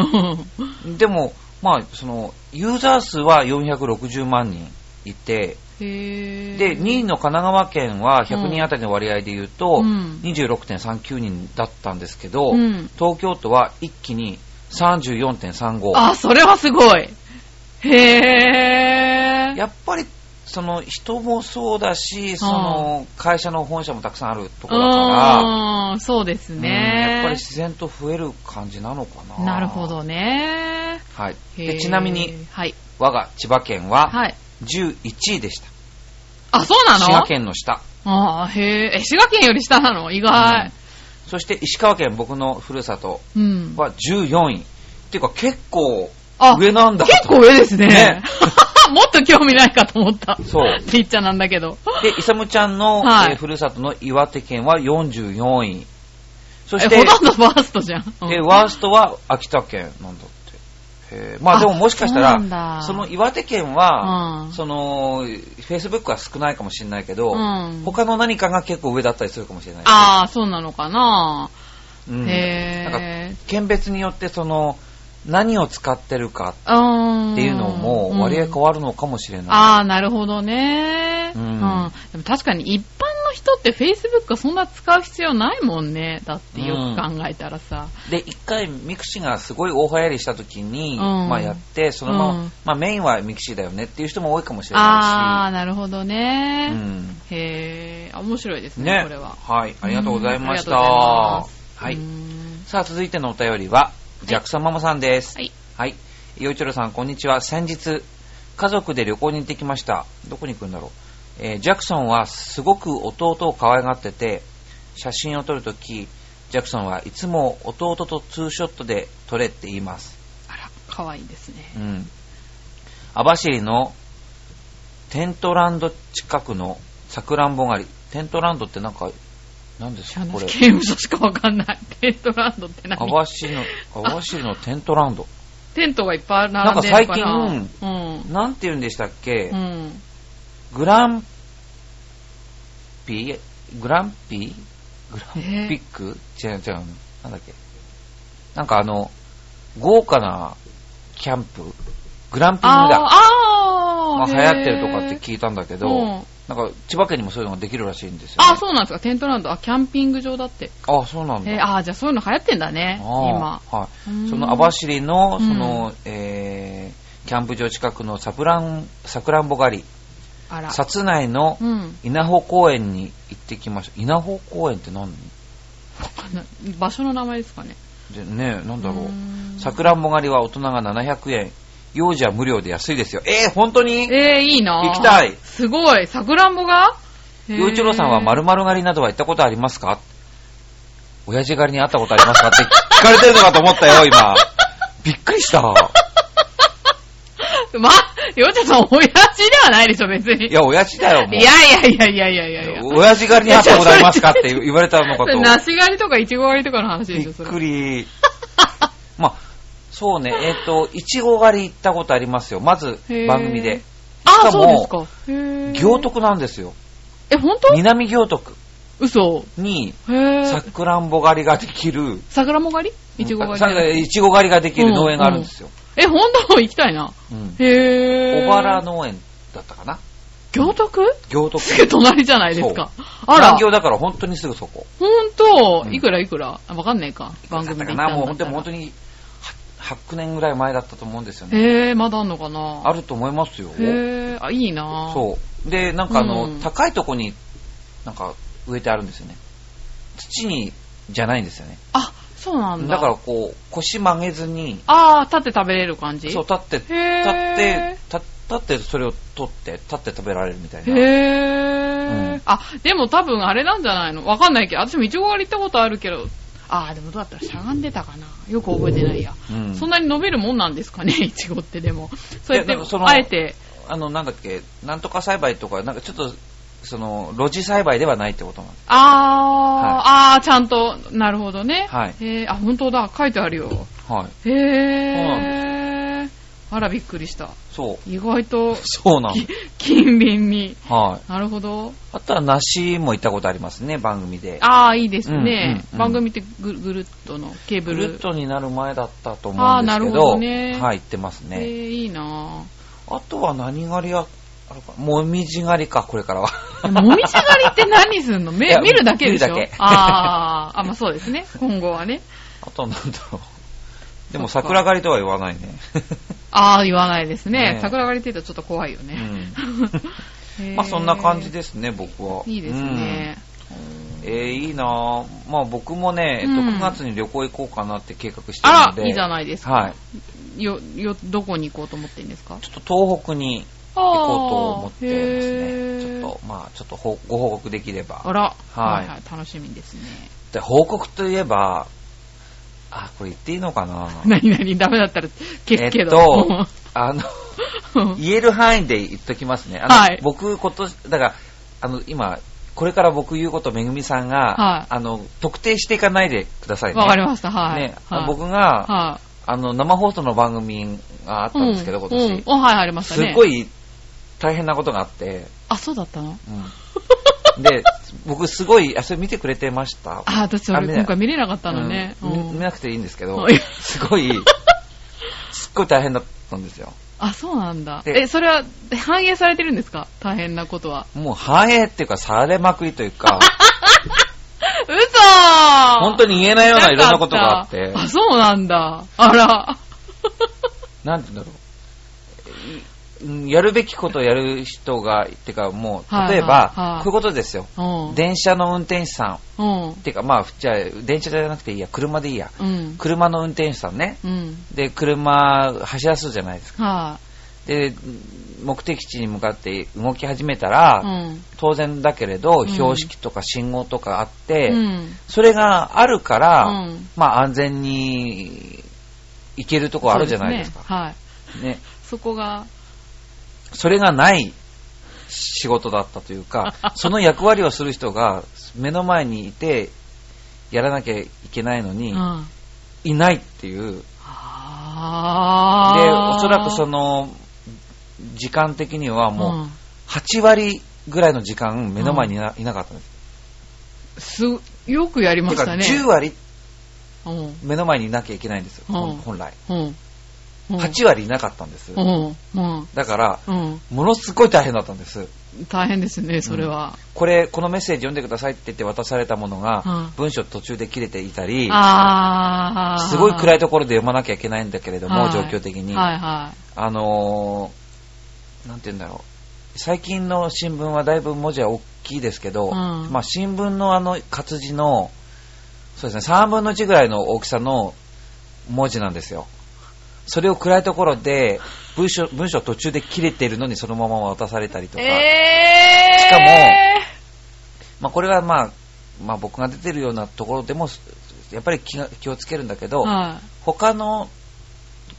Speaker 2: うん
Speaker 1: でも、まあ、その、ユーザー数は460万人いて、
Speaker 2: へー
Speaker 1: で、2位の神奈川県は100人当たりの割合で言うと、
Speaker 2: うん
Speaker 1: 26.39人だったんですけど、
Speaker 2: うん
Speaker 1: 東京都は一気に34.35。
Speaker 2: あ、それはすごい。へぇー。
Speaker 1: やっぱり、その人もそうだし、その会社の本社もたくさんあるところだから、
Speaker 2: うん、そうです
Speaker 1: うん
Speaker 2: ね。
Speaker 1: やっぱり自然と増える感じなのかな。
Speaker 2: なるほ。どね。
Speaker 1: はい。
Speaker 2: へ
Speaker 1: で
Speaker 2: ー
Speaker 1: ちなみに、、
Speaker 2: はい。
Speaker 1: 我が千葉県は
Speaker 2: はい。
Speaker 1: 11位でした。
Speaker 2: あ、そうなの
Speaker 1: 滋賀。県の下。
Speaker 2: あーへーえ、滋賀県より下なの意
Speaker 1: うん
Speaker 2: 外。
Speaker 1: そして石川県、僕のふるさと
Speaker 2: うん。
Speaker 1: は14位。っていうか結構
Speaker 2: あ
Speaker 1: 上なんだと
Speaker 2: 結構上ですね。
Speaker 1: ね
Speaker 2: もっと興味ないかと思った。
Speaker 1: そう
Speaker 2: って言っちゃなんだけど。
Speaker 1: で、イサムちゃんの、
Speaker 2: はい
Speaker 1: えーふるさとの岩手県は44位。そし
Speaker 2: え、
Speaker 1: て
Speaker 2: ほ、とんどバーストじゃん。うん
Speaker 1: で、ワーストは秋田県なんだって。へーまあ
Speaker 2: あ
Speaker 1: でももしかした
Speaker 2: そうなん
Speaker 1: ら、
Speaker 2: だ
Speaker 1: その岩手県は、
Speaker 2: うん
Speaker 1: その、Facebook は少ないかもしれないけど、
Speaker 2: うん
Speaker 1: 他の何かが結構上だったりするかもしれない。
Speaker 2: ああ、そうなのかな。
Speaker 1: うんなん
Speaker 2: へ
Speaker 1: か県別によってその、何を使ってるか
Speaker 2: うーん。
Speaker 1: っていうのも割合変わるのかもしれない。
Speaker 2: ああ、なるほどね。
Speaker 1: う
Speaker 2: うんん。でも確かに一般の人って Facebook そんな使う必要ないもんね。だってよく考えたらさ。
Speaker 1: で、一回ミクシーがすごい大流行りした時に、
Speaker 2: ん
Speaker 1: まあやって、そのまま、
Speaker 2: うん
Speaker 1: まあメインはミクシーだよねっていう人も多いかもしれ
Speaker 2: ああ、
Speaker 1: な
Speaker 2: なるほど
Speaker 1: いし。
Speaker 2: ね。
Speaker 1: うん
Speaker 2: へえ、あ面白いですね、
Speaker 1: ね
Speaker 2: これは。
Speaker 1: はい。ありがとうございました。
Speaker 2: うんあ
Speaker 1: は
Speaker 2: りがとうござい
Speaker 1: い。
Speaker 2: ます
Speaker 1: さあ、続いてのお便りは、ジャクソンママさんです。
Speaker 2: うーんはい。
Speaker 1: はい。よいちろさん、こんにちは。先日、家族で旅行に行ってきました。どこに行くんだろう。えージャクソンはすごく弟を可愛がってて、写真を撮るとき、ジャクソンはいつも弟とツーショットで撮れって言います。
Speaker 2: あら、かわいいですね。
Speaker 1: うん。網走のテントランド近くのさくらんぼ狩り。テントランドってなんか、何です
Speaker 2: 知ら
Speaker 1: か
Speaker 2: ない
Speaker 1: これ。
Speaker 2: 刑務所しかわかんない。テントランドって何
Speaker 1: 網走の、網走のテントランド。
Speaker 2: テントがいっぱい並んでるから。
Speaker 1: なんか最
Speaker 2: うん。
Speaker 1: なんて言うんでしたっけ、
Speaker 2: うん。
Speaker 1: グランピグランピグランピック、違う違う。なんだっけなんかあの、豪華なキャンプグランピングだ。
Speaker 2: あー
Speaker 1: が
Speaker 2: あー、
Speaker 1: 流行ってるとかって聞いたんだけど、
Speaker 2: うん
Speaker 1: なんか千葉県にもそういうのができるらしいんですよ、ね。
Speaker 2: あ、そうなんですか。テントランド。あ、キャンピング場だって。
Speaker 1: あそうなんだ。
Speaker 2: えー、あーじゃあそういうの流行ってんだね、
Speaker 1: あ
Speaker 2: 今。
Speaker 1: ーは
Speaker 2: うー
Speaker 1: い。
Speaker 2: ん
Speaker 1: その網走の、
Speaker 2: う
Speaker 1: そ
Speaker 2: ん
Speaker 1: の、えー、キャンプ場近くのサプラン、サクランボ狩り、
Speaker 2: あら。
Speaker 1: 薩内の
Speaker 2: うん。
Speaker 1: 稲穂公園に行ってきました。稲穂公園って何
Speaker 2: 場所の名前ですかね。
Speaker 1: でねなんだろ
Speaker 2: う
Speaker 1: う。
Speaker 2: ーん
Speaker 1: サクランボ狩りは大人が700円、幼児は無料で安いですよ。えー、本当に
Speaker 2: えー、いいなぁ
Speaker 1: 行きたい
Speaker 2: すごい。さくらんぼが
Speaker 1: 洋一郎さんは
Speaker 2: 丸
Speaker 1: 〇〇狩りなどは行ったことありますか親父狩りに会ったことありますかって聞かれてるのかと思ったよ、 今。びっくりした。
Speaker 2: ま、ようちゃんさん、親父ではないでしょ、別に。
Speaker 1: いや、親父だよ、もう。
Speaker 2: いやいやいやいやいやいやいや。
Speaker 1: 親父狩りに会ったことありますかって言われたの か
Speaker 2: そ
Speaker 1: と
Speaker 2: れ。梨狩りとかイチゴ狩りとかの話で
Speaker 1: び
Speaker 2: しょ、
Speaker 1: っ
Speaker 2: それ。
Speaker 1: くり。まあ、そうね、えっ、と、いちご狩り行ったことありますよ。まず
Speaker 2: へ、ー
Speaker 1: 番組で。
Speaker 2: あ
Speaker 1: しか
Speaker 2: あ、そうです
Speaker 1: も
Speaker 2: か。へー
Speaker 1: 行。徳なんですよ。
Speaker 2: え、本当？
Speaker 1: 南行徳
Speaker 2: 嘘。
Speaker 1: に、
Speaker 2: へぇ
Speaker 1: さ
Speaker 2: ー。
Speaker 1: くらんぼ狩りができる、
Speaker 2: 桜も狩りイチゴ狩りじゃなくて。
Speaker 1: いちご狩りができる農園があるんですよ。
Speaker 2: え、本当行きたいな。
Speaker 1: うん
Speaker 2: へぇー。
Speaker 1: 小原。農園だったかな
Speaker 2: 行徳
Speaker 1: 行徳。
Speaker 2: すぐ隣じゃないですか
Speaker 1: そ。
Speaker 2: あら
Speaker 1: 南。行だから本当にすぐそこ。
Speaker 2: ほんと
Speaker 1: う、ん
Speaker 2: いくらいくらあわかんないか。番組
Speaker 1: だ
Speaker 2: で
Speaker 1: った
Speaker 2: 行
Speaker 1: かな
Speaker 2: った
Speaker 1: もう本
Speaker 2: ん
Speaker 1: 当
Speaker 2: だ
Speaker 1: に
Speaker 2: っ
Speaker 1: 本当
Speaker 2: たら。
Speaker 1: には8年ぐらい前だったと思うんですよね。
Speaker 2: へぇー、まだあんのかな
Speaker 1: あると思いますよ。
Speaker 2: へぇー、あ、いいな
Speaker 1: そう。で、なんかあの、
Speaker 2: うん
Speaker 1: 高いとこに、なんか植えてあるんですよね。土に、じゃないんですよね。
Speaker 2: あ、そうなんだ。
Speaker 1: だからこう、腰曲げずに、
Speaker 2: あー、立って食べれる感じ
Speaker 1: そう、立って、立
Speaker 2: へ
Speaker 1: って
Speaker 2: ー、
Speaker 1: た立ってそれを取って、立って食べられるみたいな。
Speaker 2: へー、
Speaker 1: うん
Speaker 2: あ、でも多分あれなんじゃないのわかんないけど、私もイチゴ狩り行ったことあるけど、ああ、でもどうだったらしゃがんでたかな。よく覚えてないや。
Speaker 1: うん
Speaker 2: そんなに伸びるもんなんですかね、 いちごってでも。そうやっ
Speaker 1: いやで
Speaker 2: て
Speaker 1: もその
Speaker 2: あえて、
Speaker 1: あの、なんだっけ、なんとか栽培とか、なんかちょっと、その、露地栽培ではないってことなんです。
Speaker 2: あー、あー、ちゃんと、なるほどね。
Speaker 1: はい
Speaker 2: へーあ、本当だ、書いてあるよ。
Speaker 1: はい。
Speaker 2: へ
Speaker 1: そう
Speaker 2: え。あら、びっくりした。
Speaker 1: そう。
Speaker 2: 意外と、
Speaker 1: そう なん
Speaker 2: き
Speaker 1: です。
Speaker 2: 近隣に。
Speaker 1: はい。
Speaker 2: なるほど。
Speaker 1: あとは梨も行ったことありますね、番組で。
Speaker 2: ああ、いいですね。
Speaker 1: うんうんうん
Speaker 2: 番組ってぐぐるっとのケーブ
Speaker 1: ブ
Speaker 2: ル。
Speaker 1: ルットになる前だったと
Speaker 2: あ
Speaker 1: 思
Speaker 2: ー
Speaker 1: うんですけ
Speaker 2: な
Speaker 1: ど、
Speaker 2: るほどね
Speaker 1: はい、行ってます
Speaker 2: え
Speaker 1: ね。
Speaker 2: ーいいな
Speaker 1: あとは何狩りや、あれか、もみじ狩りか、これ からは。
Speaker 2: ぁ。もみじ狩りって何すんの
Speaker 1: い
Speaker 2: め
Speaker 1: や
Speaker 2: 見るだけでしょ
Speaker 1: 見るだけ
Speaker 2: あーあ、まあそうですね。今後はね。
Speaker 1: あとはなんだろう。でも
Speaker 2: そっか
Speaker 1: 桜狩りとは言わないね。
Speaker 2: ああ、言わないですね。
Speaker 1: ね
Speaker 2: 桜狩りって言うとちょっと怖いよね。
Speaker 1: う
Speaker 2: へ
Speaker 1: ん、
Speaker 2: ー
Speaker 1: まあそんな感じですね、僕は。
Speaker 2: いいですね。
Speaker 1: うん。えー、いいなぁ。まあ僕もね、えっと、
Speaker 2: うん
Speaker 1: 9月に旅行行こうかなって計画してる
Speaker 2: あ
Speaker 1: ので。
Speaker 2: ら、いいじゃないですか。
Speaker 1: はい。
Speaker 2: よ、よ、どこに行こうと思ってるんですか
Speaker 1: ちょっと東北に
Speaker 2: あ
Speaker 1: 行
Speaker 2: あ
Speaker 1: こうと思ってますね。
Speaker 2: へー
Speaker 1: ちょっと、まあちょっとほご報告できれ
Speaker 2: あ
Speaker 1: ば。
Speaker 2: ら、
Speaker 1: は
Speaker 2: はいい、はい、楽しみですね。
Speaker 1: で、報告といえば、あ、これ言っていいのかな
Speaker 2: 何々ダメだったら消すけど。
Speaker 1: えっとあの、
Speaker 2: うん
Speaker 1: 言える範囲で言っときますね。あの
Speaker 2: はい
Speaker 1: 僕、今年、だから、あの、今、これから僕言うこと、めぐみさんが、
Speaker 2: はい
Speaker 1: あの、特定していかないでくださいね。
Speaker 2: わかりました、はい。
Speaker 1: ね、あの
Speaker 2: はい、
Speaker 1: 僕
Speaker 2: は
Speaker 1: が、
Speaker 2: あ、
Speaker 1: あの、生放送の番組があったんですけど、今年、
Speaker 2: うん、おはい、ありました
Speaker 1: す
Speaker 2: ね。
Speaker 1: っごい大変なことがあって、
Speaker 2: あ、そうだったの
Speaker 1: うんで、僕すごい、あ、それ見てくれてました
Speaker 2: あ、私そ
Speaker 1: あ
Speaker 2: れ
Speaker 1: 見ない
Speaker 2: 今回見れなかったのね。
Speaker 1: うん
Speaker 2: う
Speaker 1: 見見
Speaker 2: ん
Speaker 1: なくていいんですけど
Speaker 2: うん、
Speaker 1: すごい、すっごい大変だったんですよ。
Speaker 2: あ、そうなんだ。
Speaker 1: で
Speaker 2: え、それは反映されてるんですか大変なことは。
Speaker 1: もう反映っていうか、されまくりというか、
Speaker 2: 嘘ー
Speaker 1: 本当
Speaker 2: に
Speaker 1: に言えないようないろんなことがあって、
Speaker 2: あ、そうなんだ。あら。
Speaker 1: なんて言うんだろううん。やるべきことをやる人が、ってかもう、例え
Speaker 2: はいはい
Speaker 1: ば
Speaker 2: は、
Speaker 1: こ
Speaker 2: い
Speaker 1: ういうことですよ。
Speaker 2: うん。
Speaker 1: 電車の運転手さん、っ
Speaker 2: うん。
Speaker 1: ていうかまあ、じゃあ電車じゃなくていいや、車でいいや。
Speaker 2: うん。
Speaker 1: 車の運転手さんね。
Speaker 2: うん。
Speaker 1: で、車走らすじゃないですか。
Speaker 2: は
Speaker 1: で、目的地に向かって動き始めたら、
Speaker 2: い。うん。
Speaker 1: 当然だけれど、
Speaker 2: うん
Speaker 1: 標識とか信号とかあっ
Speaker 2: う
Speaker 1: て、
Speaker 2: ん。
Speaker 1: それがあるから、
Speaker 2: うん
Speaker 1: まあ安全に行けるとこあるじゃないです
Speaker 2: そう
Speaker 1: か。
Speaker 2: ねはい。
Speaker 1: そね
Speaker 2: そこが、
Speaker 1: それがない仕事だったというか、 その役割をする人が目の前にいて、やらなきゃいけないの
Speaker 2: う
Speaker 1: に、
Speaker 2: ん。
Speaker 1: いないっていう。で、
Speaker 2: あー
Speaker 1: おそらくその、時間的にはもう、
Speaker 2: ん
Speaker 1: 8割ぐらいの時間目の前にいな,、いなかったんです。
Speaker 2: す、よくやりま
Speaker 1: てか
Speaker 2: したね。
Speaker 1: 10割
Speaker 2: うん。
Speaker 1: 目の前にいなきゃいけないんですよ、
Speaker 2: うん
Speaker 1: 本本来。
Speaker 2: うん。うん
Speaker 1: 8割いなかったんです。
Speaker 2: うん。うん。
Speaker 1: だから、
Speaker 2: うん。
Speaker 1: ものすごい大変だったんです。
Speaker 2: 大変ですね、それは。
Speaker 1: これ、このメッセージ読んでくださいって言って渡されたものが
Speaker 2: うん、
Speaker 1: 文章途中で切れていたり、
Speaker 2: ああ。
Speaker 1: すごい暗い
Speaker 2: と
Speaker 1: ところで読まなきゃいけないんだけれども、状況的に。
Speaker 2: はいは
Speaker 1: あのー、なんて言うんだろう。最近の新聞はだいぶ文字は大きいですけど、
Speaker 2: うん
Speaker 1: まあ新聞のあの活字の、そうですね、3分の1ぐらいの大きさの文字なんですよ。それを暗いところで文章、文章途中で切れてるのにそのまま渡されたりと
Speaker 2: い。
Speaker 1: か、
Speaker 2: えー、
Speaker 1: しかもまあこれはまあ、まあ僕が出てるようなところでも、やっぱり気が気をつけるんだけど、
Speaker 2: はい、
Speaker 1: 他の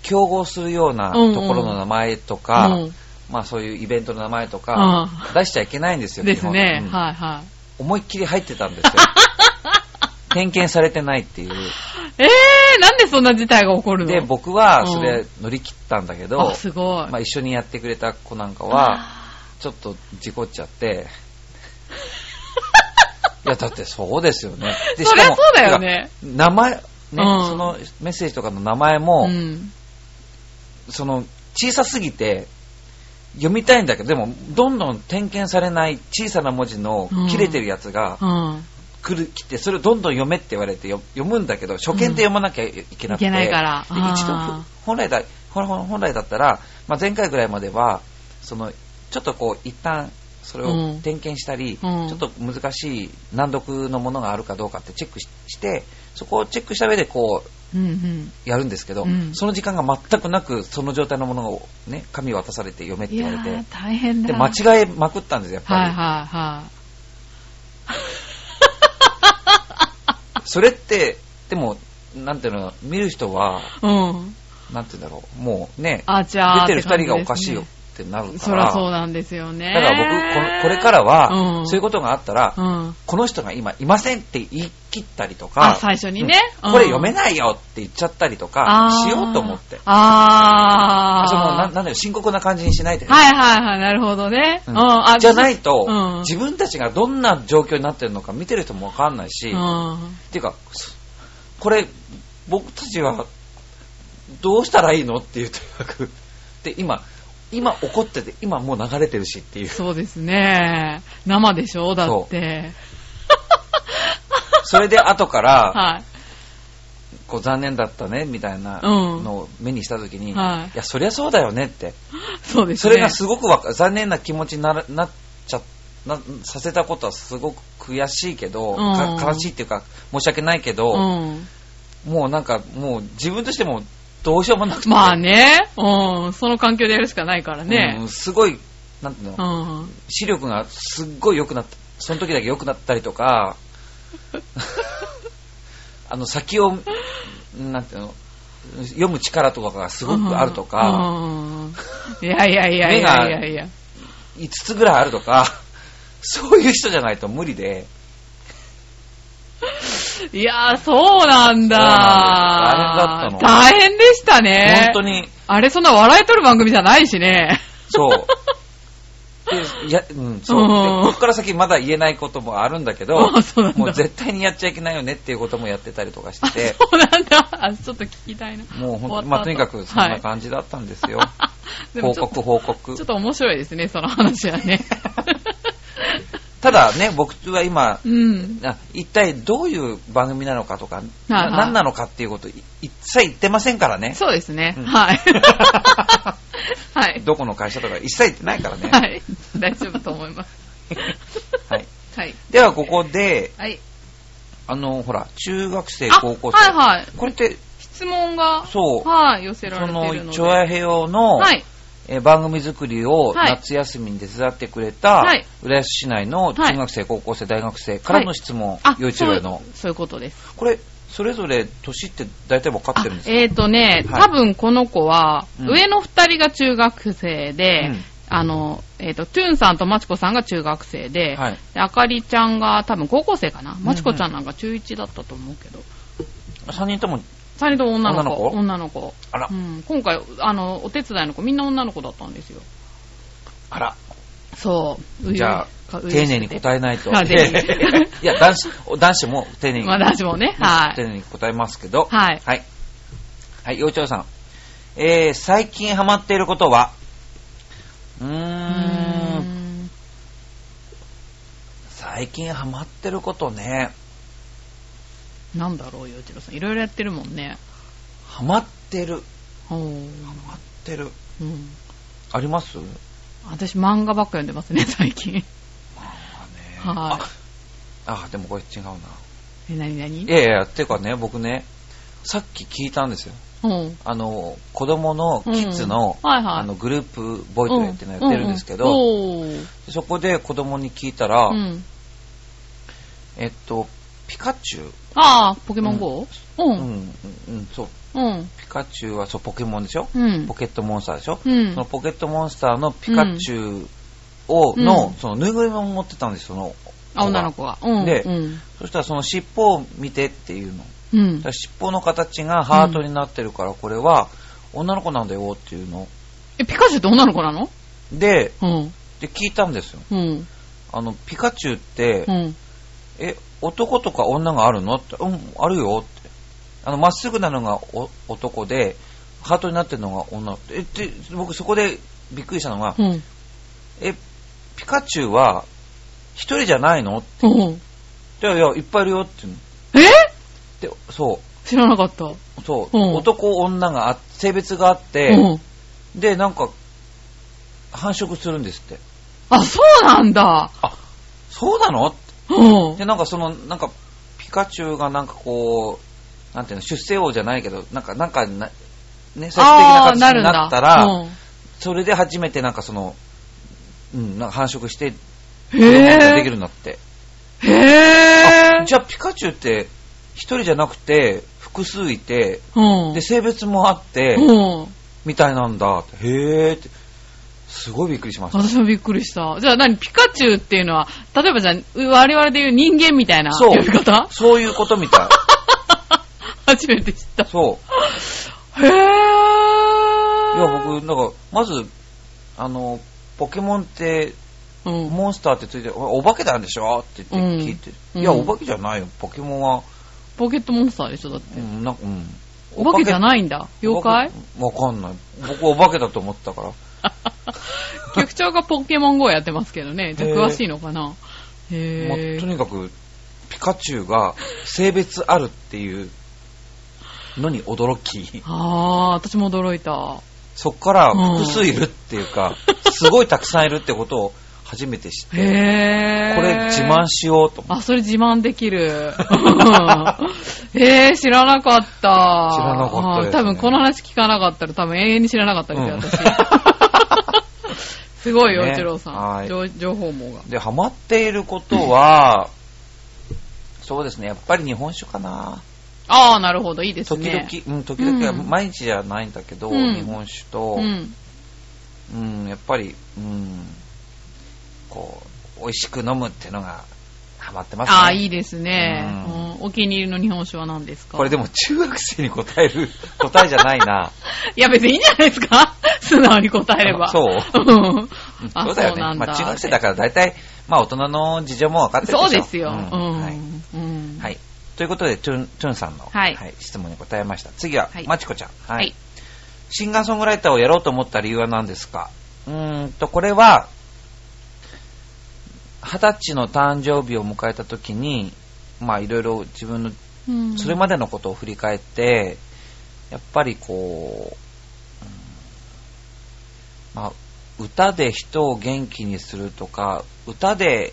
Speaker 1: 競合するようなところの名前とか、
Speaker 2: うん
Speaker 1: まあそういうイベントの名前とか、出しちゃいけないんですよ、
Speaker 2: で
Speaker 1: 基
Speaker 2: す
Speaker 1: 本
Speaker 2: ね、
Speaker 1: うん
Speaker 2: はいは
Speaker 1: 思いっきり入ってたんです よ。点検されてないっていう。
Speaker 2: い。えー、なんでそんな事態が起こるの
Speaker 1: で、僕はそれ乗り切ったんだけど、
Speaker 2: あ、すごい。
Speaker 1: まあ、一緒にやってくれた子なんかは、ちょっと事故っちゃ って、いや、だってそうですよね。で
Speaker 2: そりゃそうだよね。
Speaker 1: てか名前、ね、
Speaker 2: うん
Speaker 1: そのメッセージとかの名前も、
Speaker 2: うん、
Speaker 1: その小さすぎて読みたいんだけどでもどんどん点検されない小さな文字の
Speaker 2: うん
Speaker 1: 切れてるやつが
Speaker 2: うん。
Speaker 1: 来る、来てそれをどんどん読めって言われてよ読むんだけど初見で読まなきゃいけなくて、
Speaker 2: いけないから
Speaker 1: で
Speaker 2: あー
Speaker 1: 一度ふ本来だほらほら本来だったら、まあ、前回ぐらいまではそのちょっとこう一旦それ
Speaker 2: う
Speaker 1: を
Speaker 2: ん
Speaker 1: 点検したり、
Speaker 2: うん
Speaker 1: ちょっと難しい難読のものがあるかどうかってチェックししてそこをチェックした上でこう
Speaker 2: うんうん。
Speaker 1: やるんですけど、
Speaker 2: うん
Speaker 1: その時間が全くなくその状態のものを、ね、紙渡されて読めって
Speaker 2: い
Speaker 1: 言
Speaker 2: や
Speaker 1: われて
Speaker 2: ー、大変だ。
Speaker 1: で間違えまくったんですよやっぱり、
Speaker 2: はいはいはい。
Speaker 1: それってでも、なんていうの、見る人は、
Speaker 2: うん。
Speaker 1: なんていうんだろう、もうね、
Speaker 2: あ、じゃあ。
Speaker 1: 出てる
Speaker 2: 感
Speaker 1: 二人が
Speaker 2: じですね
Speaker 1: おかしいよってなるか
Speaker 2: そら
Speaker 1: ら、
Speaker 2: そうなんですよね。
Speaker 1: だから僕この、これから
Speaker 2: う
Speaker 1: は、
Speaker 2: ん
Speaker 1: そういうことがあったら、
Speaker 2: うん。
Speaker 1: この人が今いませんって言い切ったりとか、
Speaker 2: あ、最初にね。
Speaker 1: うんこれ読め
Speaker 2: い
Speaker 1: ないよって言っちゃったりとか、しようと思って。
Speaker 2: あー
Speaker 1: その、な
Speaker 2: あ
Speaker 1: ん
Speaker 2: ー。
Speaker 1: なんだよ、深刻な感じにしないでね。
Speaker 2: はいはいはい、なるほどね。
Speaker 1: う
Speaker 2: うんん、あ
Speaker 1: じゃないと、
Speaker 2: うん
Speaker 1: 自分たちがどんな状況になってるのか見てる人もわかんないし、
Speaker 2: う
Speaker 1: っ
Speaker 2: ん。
Speaker 1: ていうか、そこれ、僕たちはどうしたらいいのっていうとにかく、で、今、今怒ってて、今もう流れてるしっていう、
Speaker 2: そうですね。生でしょだって。
Speaker 1: それで後から、
Speaker 2: はい。
Speaker 1: こう残念だったねみたいな
Speaker 2: うん
Speaker 1: のを目にした時に、
Speaker 2: はい
Speaker 1: いや、そりゃそうだよねって、
Speaker 2: そうです
Speaker 1: そ
Speaker 2: ね。
Speaker 1: れがすごくわか残念な気持ちにならなっちゃなさせたことはすごく悔しいけど、
Speaker 2: うん
Speaker 1: か悲しいっていうか申し訳ないけど、
Speaker 2: うん。
Speaker 1: もうなんかもう自分としてもどうしようもなくて、
Speaker 2: まあね。うん。その環境でやるしかないか
Speaker 1: う
Speaker 2: らね
Speaker 1: ん。すごいなんていうの、
Speaker 2: うん。
Speaker 1: 視力がすっごい良くなったその時だけ良くなったりと かあの先をなんていうの読む力とかがすごくあるとか。
Speaker 2: うん。いやいやいやいやいやいや。
Speaker 1: 5つぐらいあるとか、そういう人じゃないと無理で、
Speaker 2: いやー、そうなんだ。
Speaker 1: そうなんです大
Speaker 2: 大変でしたね。
Speaker 1: 本当に、
Speaker 2: あれ、そんな笑い取る番組じゃないしね。
Speaker 1: そう。でいやうん、そう
Speaker 2: うん
Speaker 1: でここから先まだ言えないこともあるんだけど
Speaker 2: あ そうなん、だ
Speaker 1: もう絶対にやっちゃいけないよねっていうこともやってたりとかしてて、
Speaker 2: そうなんだ。あちょっと聞きたいな。
Speaker 1: もう
Speaker 2: 終
Speaker 1: 本
Speaker 2: わっ
Speaker 1: 当
Speaker 2: た
Speaker 1: まあとにかくそんな
Speaker 2: は
Speaker 1: 感じだったんですよ。
Speaker 2: い でも
Speaker 1: 報
Speaker 2: ちょっと
Speaker 1: 告報告
Speaker 2: ちょっ。と面白いですね、その話 はね。
Speaker 1: ただね、僕は今、
Speaker 2: うん。
Speaker 1: あ一体どういう番組なのかとか、な
Speaker 2: はいはい
Speaker 1: 何なのかっていうことい一切言ってませんからね。
Speaker 2: そうですね。
Speaker 1: うん
Speaker 2: はい。はい。
Speaker 1: どこの会社とか一切言ってないからね。
Speaker 2: はい。大丈夫と思います。
Speaker 1: はい。
Speaker 2: はい。
Speaker 1: ではここで、
Speaker 2: はい。
Speaker 1: あの、ほら、中学生、
Speaker 2: あ
Speaker 1: 高校生。
Speaker 2: はいはい。
Speaker 1: これって、
Speaker 2: 質問が、
Speaker 1: そう
Speaker 2: はい、寄せら
Speaker 1: そ
Speaker 2: れて
Speaker 1: の
Speaker 2: るの、で。
Speaker 1: チョアヘヨの、
Speaker 2: はい。
Speaker 1: えー番組作りを
Speaker 2: はい
Speaker 1: 夏休みに手伝ってくれた、
Speaker 2: はい
Speaker 1: 浦安市内の中学生、高校生、大学生からの質問、
Speaker 2: あ、
Speaker 1: 幼稚園の
Speaker 2: そ。うそういうことです。
Speaker 1: これ、それぞれ年って大体分かっ
Speaker 2: あ
Speaker 1: てるんですか
Speaker 2: えっ、とね、
Speaker 1: はい
Speaker 2: 多分この子は、
Speaker 1: うん
Speaker 2: 上の二人が中学生で、
Speaker 1: うん
Speaker 2: あの、えっ、と、トゥーンさんとマチコさんが中学生で、
Speaker 1: はい
Speaker 2: であかりちゃんが多分高校生かな。
Speaker 1: ん
Speaker 2: マチコちゃんなんか中1だったと思うけど。
Speaker 1: ?3 人とも、
Speaker 2: 二人とも女の子。
Speaker 1: 女
Speaker 2: 女の子。
Speaker 1: あら
Speaker 2: う、ん、今回、あの、お手伝いの子、みんな女の子だったんですよ。
Speaker 1: あら、
Speaker 2: そう。
Speaker 1: じゃあ、 丁寧に答えないと。
Speaker 2: あぜひ
Speaker 1: いや、男子、男子も丁寧に。
Speaker 2: まあ、私もね、は
Speaker 1: 丁
Speaker 2: い。
Speaker 1: 寧に答えますけど。
Speaker 2: はい
Speaker 1: はい。はい、幼鳥さん。えー、最近ハマっていることはうー、
Speaker 2: うんん
Speaker 1: 最近ハマってることね。
Speaker 2: なんだろう、洋一郎さん。いろいろやってるもんね。
Speaker 1: ハマってる。
Speaker 2: おー
Speaker 1: ハマってる。
Speaker 2: うん
Speaker 1: ありますま
Speaker 2: 私漫画ばっか読んでますね、 最近。
Speaker 1: あね。
Speaker 2: は
Speaker 1: あ、あ、でもこれ違うな。
Speaker 2: い。え、なになに
Speaker 1: いやいや、てかね、僕ね、さっき聞いたんですよ。
Speaker 2: うん。
Speaker 1: あの、子供のキッズの、
Speaker 2: うんはいはい
Speaker 1: あのグループボイトレっていうのやってるんですけど、
Speaker 2: うんうんうん
Speaker 1: そこで子供に聞いたら、
Speaker 2: おーうん。
Speaker 1: えっと、ピカチュウ、
Speaker 2: ああ、ポケモン GO? う
Speaker 1: うん
Speaker 2: ん。
Speaker 1: うん、うん、そう、
Speaker 2: うん。
Speaker 1: ピカチュウはそうポケモンでしょ、
Speaker 2: うん
Speaker 1: ポ。ケットモンスターでしょ、
Speaker 2: うん
Speaker 1: そのポケットモンスターのピカチュウを、
Speaker 2: うん
Speaker 1: のそのぬいぐるみを持ってたんですよ、その
Speaker 2: あ、女の子が。うん。
Speaker 1: で
Speaker 2: うん。
Speaker 1: そしたらその尻尾を見てっていうの。
Speaker 2: うん
Speaker 1: だから尻尾の形がハートになってるから、これは女の子なんだよっていうの。
Speaker 2: え、ピカチュウって女の子なの
Speaker 1: で、
Speaker 2: うん。
Speaker 1: で聞いたんですよ。
Speaker 2: うん。
Speaker 1: あの、ピカチュウって、
Speaker 2: うん。
Speaker 1: え、男とか女があるのって、うん、あるよって。あの、まっすぐなのがお男で、ハートになってるのが女。え、って、僕そこでびっくりしたのが、
Speaker 2: うん。
Speaker 1: え、ピカチュウは、一人じゃないのって
Speaker 2: うん。
Speaker 1: いやいや、いっぱいいるよって言
Speaker 2: え
Speaker 1: うの。で、そ
Speaker 2: 知らなかった。
Speaker 1: う、そう、
Speaker 2: うん
Speaker 1: 男、女があ、性別があって、
Speaker 2: うん。
Speaker 1: で、なんか、繁殖するんですって。
Speaker 2: あ、そうなんだ。
Speaker 1: あ、そうなの
Speaker 2: うん
Speaker 1: で、。なんかその、なんか、ピカチュウがなんかこう、なんていうの、出世王じゃないけど、なんか、なんかな、ね、最
Speaker 2: あ
Speaker 1: 終的な
Speaker 2: ーな
Speaker 1: 形に
Speaker 2: るん
Speaker 1: な
Speaker 2: だ
Speaker 1: ったら、
Speaker 2: うん
Speaker 1: それで初めてなんかその、うん、なんか繁殖して、
Speaker 2: へ
Speaker 1: 子供ができ
Speaker 2: ぇ
Speaker 1: るんだって。
Speaker 2: ー。へ
Speaker 1: あ
Speaker 2: ぇー。
Speaker 1: じゃあピカチュウって、一人じゃなくて、複数いて、
Speaker 2: うん。
Speaker 1: で、性別もあって、
Speaker 2: うん。
Speaker 1: みたいなんだって。へーって。すごいびっくりしました。
Speaker 2: 私もびっくりした。じゃあ何ピカチュウっていうのは、例えばじゃあ、我々で言う人間みたいな
Speaker 1: そう
Speaker 2: 呼び方
Speaker 1: そういうことみたい。
Speaker 2: 初めて知った。
Speaker 1: そう。
Speaker 2: へぇー。
Speaker 1: いや、僕、なんか、まず、あの、ポケモンって、
Speaker 2: うん。
Speaker 1: モンスターってついてる、おお化けなんでしょって言って聞いて、
Speaker 2: うん
Speaker 1: いや、
Speaker 2: うん
Speaker 1: お化けじゃないよ。ポケモンは、
Speaker 2: ポケットモンスターでしょ、だって
Speaker 1: う。ん、なんか、うん。
Speaker 2: お化けじゃ
Speaker 1: い
Speaker 2: ないんだ。妖怪
Speaker 1: わかんない。僕、お化けだと思ってたから。
Speaker 2: 局長がポケモン GO やってますけどね。じゃあ
Speaker 1: へー
Speaker 2: 詳しいのかな。
Speaker 1: まあ
Speaker 2: へ
Speaker 1: と
Speaker 2: ぇ
Speaker 1: にかく、ピカチュウが性別あるっていうのに驚き、
Speaker 2: あー、私も驚いた。
Speaker 1: そこから複数いるっていうか、すごいたくさんいるってことを初めて知って、
Speaker 2: へぇー。
Speaker 1: これ自慢しようと思って。
Speaker 2: あ、それ自慢できる。 うんえー、知らなかった。知ら
Speaker 1: なかったですね
Speaker 2: 多分この話聞かなかったら多分永遠に知らなかった
Speaker 1: うん
Speaker 2: ですよ、 私。すごいよ、
Speaker 1: ね
Speaker 2: 一郎さ
Speaker 1: は
Speaker 2: ん。
Speaker 1: い
Speaker 2: 情情報網が。
Speaker 1: で、ハマっていることは、そうですね、やっぱり日本酒かな。
Speaker 2: ああ、なるほど、いいです
Speaker 1: 時
Speaker 2: ね。
Speaker 1: 々、うん、時々は
Speaker 2: うん
Speaker 1: 毎日じゃないんだけど、
Speaker 2: うん
Speaker 1: 日本酒と、
Speaker 2: うん。
Speaker 1: うん、やっぱり、うん、こう、美味しく飲むっていうのがハマってますね。
Speaker 2: ああ、いいですね、
Speaker 1: う
Speaker 2: うんお気に入りの日本酒は何ですか
Speaker 1: これでも中学生に答える 答えじゃないな。
Speaker 2: いや、別にいいんじゃないですか 素直に答えれば。
Speaker 1: あそう
Speaker 2: うん。あ、
Speaker 1: そうだ
Speaker 2: そ
Speaker 1: よ
Speaker 2: う
Speaker 1: ね。
Speaker 2: なんだ。
Speaker 1: まあ中学生だから大体、まあ大人の事情も分かってるでし
Speaker 2: そ
Speaker 1: ょ
Speaker 2: うですよ。
Speaker 1: ん
Speaker 2: うん。
Speaker 1: はい。
Speaker 2: うん
Speaker 1: はい。ということで、トゥン、トゥンさんの、
Speaker 2: はい
Speaker 1: 質問に答えました。次は
Speaker 2: はい、
Speaker 1: まちこちゃん。は
Speaker 2: はい。
Speaker 1: シンガーソングライターをやろうと思った理由は何ですかうーんと、これは、二十歳の誕生日を迎えた時に、まあいろいろ自分の
Speaker 2: うん
Speaker 1: それまでのことを振り返って、やっぱりこう、うんまあ、歌で人を元気にするとか、歌で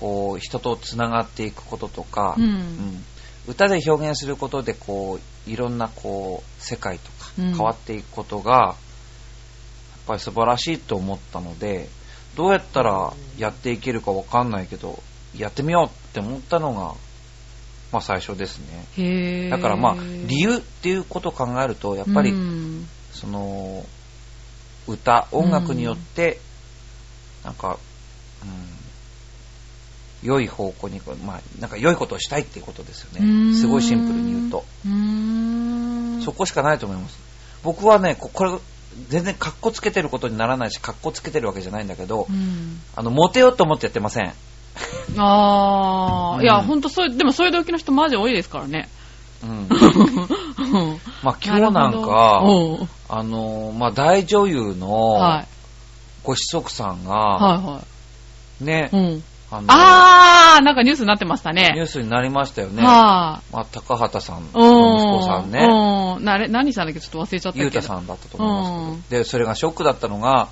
Speaker 1: こう人とつながっていくこととか、
Speaker 2: うん
Speaker 1: うん歌で表現することでこういろんなこう世界とか
Speaker 2: うん
Speaker 1: 変わっていくことが、やっぱり素晴らしいと思ったので、どうやったらやっていけるかわかんないけど、やってみようって思ったのが、まあ最初ですね。
Speaker 2: へー
Speaker 1: だからまあ、理由っていうことを考えると、やっぱ
Speaker 2: う
Speaker 1: り、
Speaker 2: ん
Speaker 1: その、歌、音楽によって、なんか、うん、良い方向に、まあ、なんか良いことをしたいっていうことですよね。すごいシンプルに言うと。。
Speaker 2: うーん
Speaker 1: そこしかないと思います。僕はね、ここれ、全然カッコつけてることにならないし、カッコつけてるわけじゃないんだけど
Speaker 2: う、ん
Speaker 1: あの、モテようと思ってやってません。
Speaker 2: あ
Speaker 1: う
Speaker 2: あ、
Speaker 1: ん
Speaker 2: いや、ほんとそういう、でもそういう動機の人マジ多いですか らね。
Speaker 1: うん。
Speaker 2: うん
Speaker 1: まあ、今日なん
Speaker 2: なる
Speaker 1: か、
Speaker 2: ほど
Speaker 1: あの、まあ、大女優
Speaker 2: うんは
Speaker 1: の
Speaker 2: い。
Speaker 1: ご子息さん
Speaker 2: は
Speaker 1: が、
Speaker 2: いは
Speaker 1: ね
Speaker 2: い。う、ん。
Speaker 1: あの
Speaker 2: あー、なんかニュースになってました
Speaker 1: ニュ
Speaker 2: ね。
Speaker 1: ースになりましたよね。
Speaker 2: は
Speaker 1: まあ、高畑さん、
Speaker 2: い。うん。
Speaker 1: の息子さんね、
Speaker 2: うん。なれ何したんだっけちょっと忘れちゃったけ
Speaker 1: ゆ
Speaker 2: ど。
Speaker 1: うた
Speaker 2: ん。
Speaker 1: さんだったと思いますけど、で、それがショックだったのが、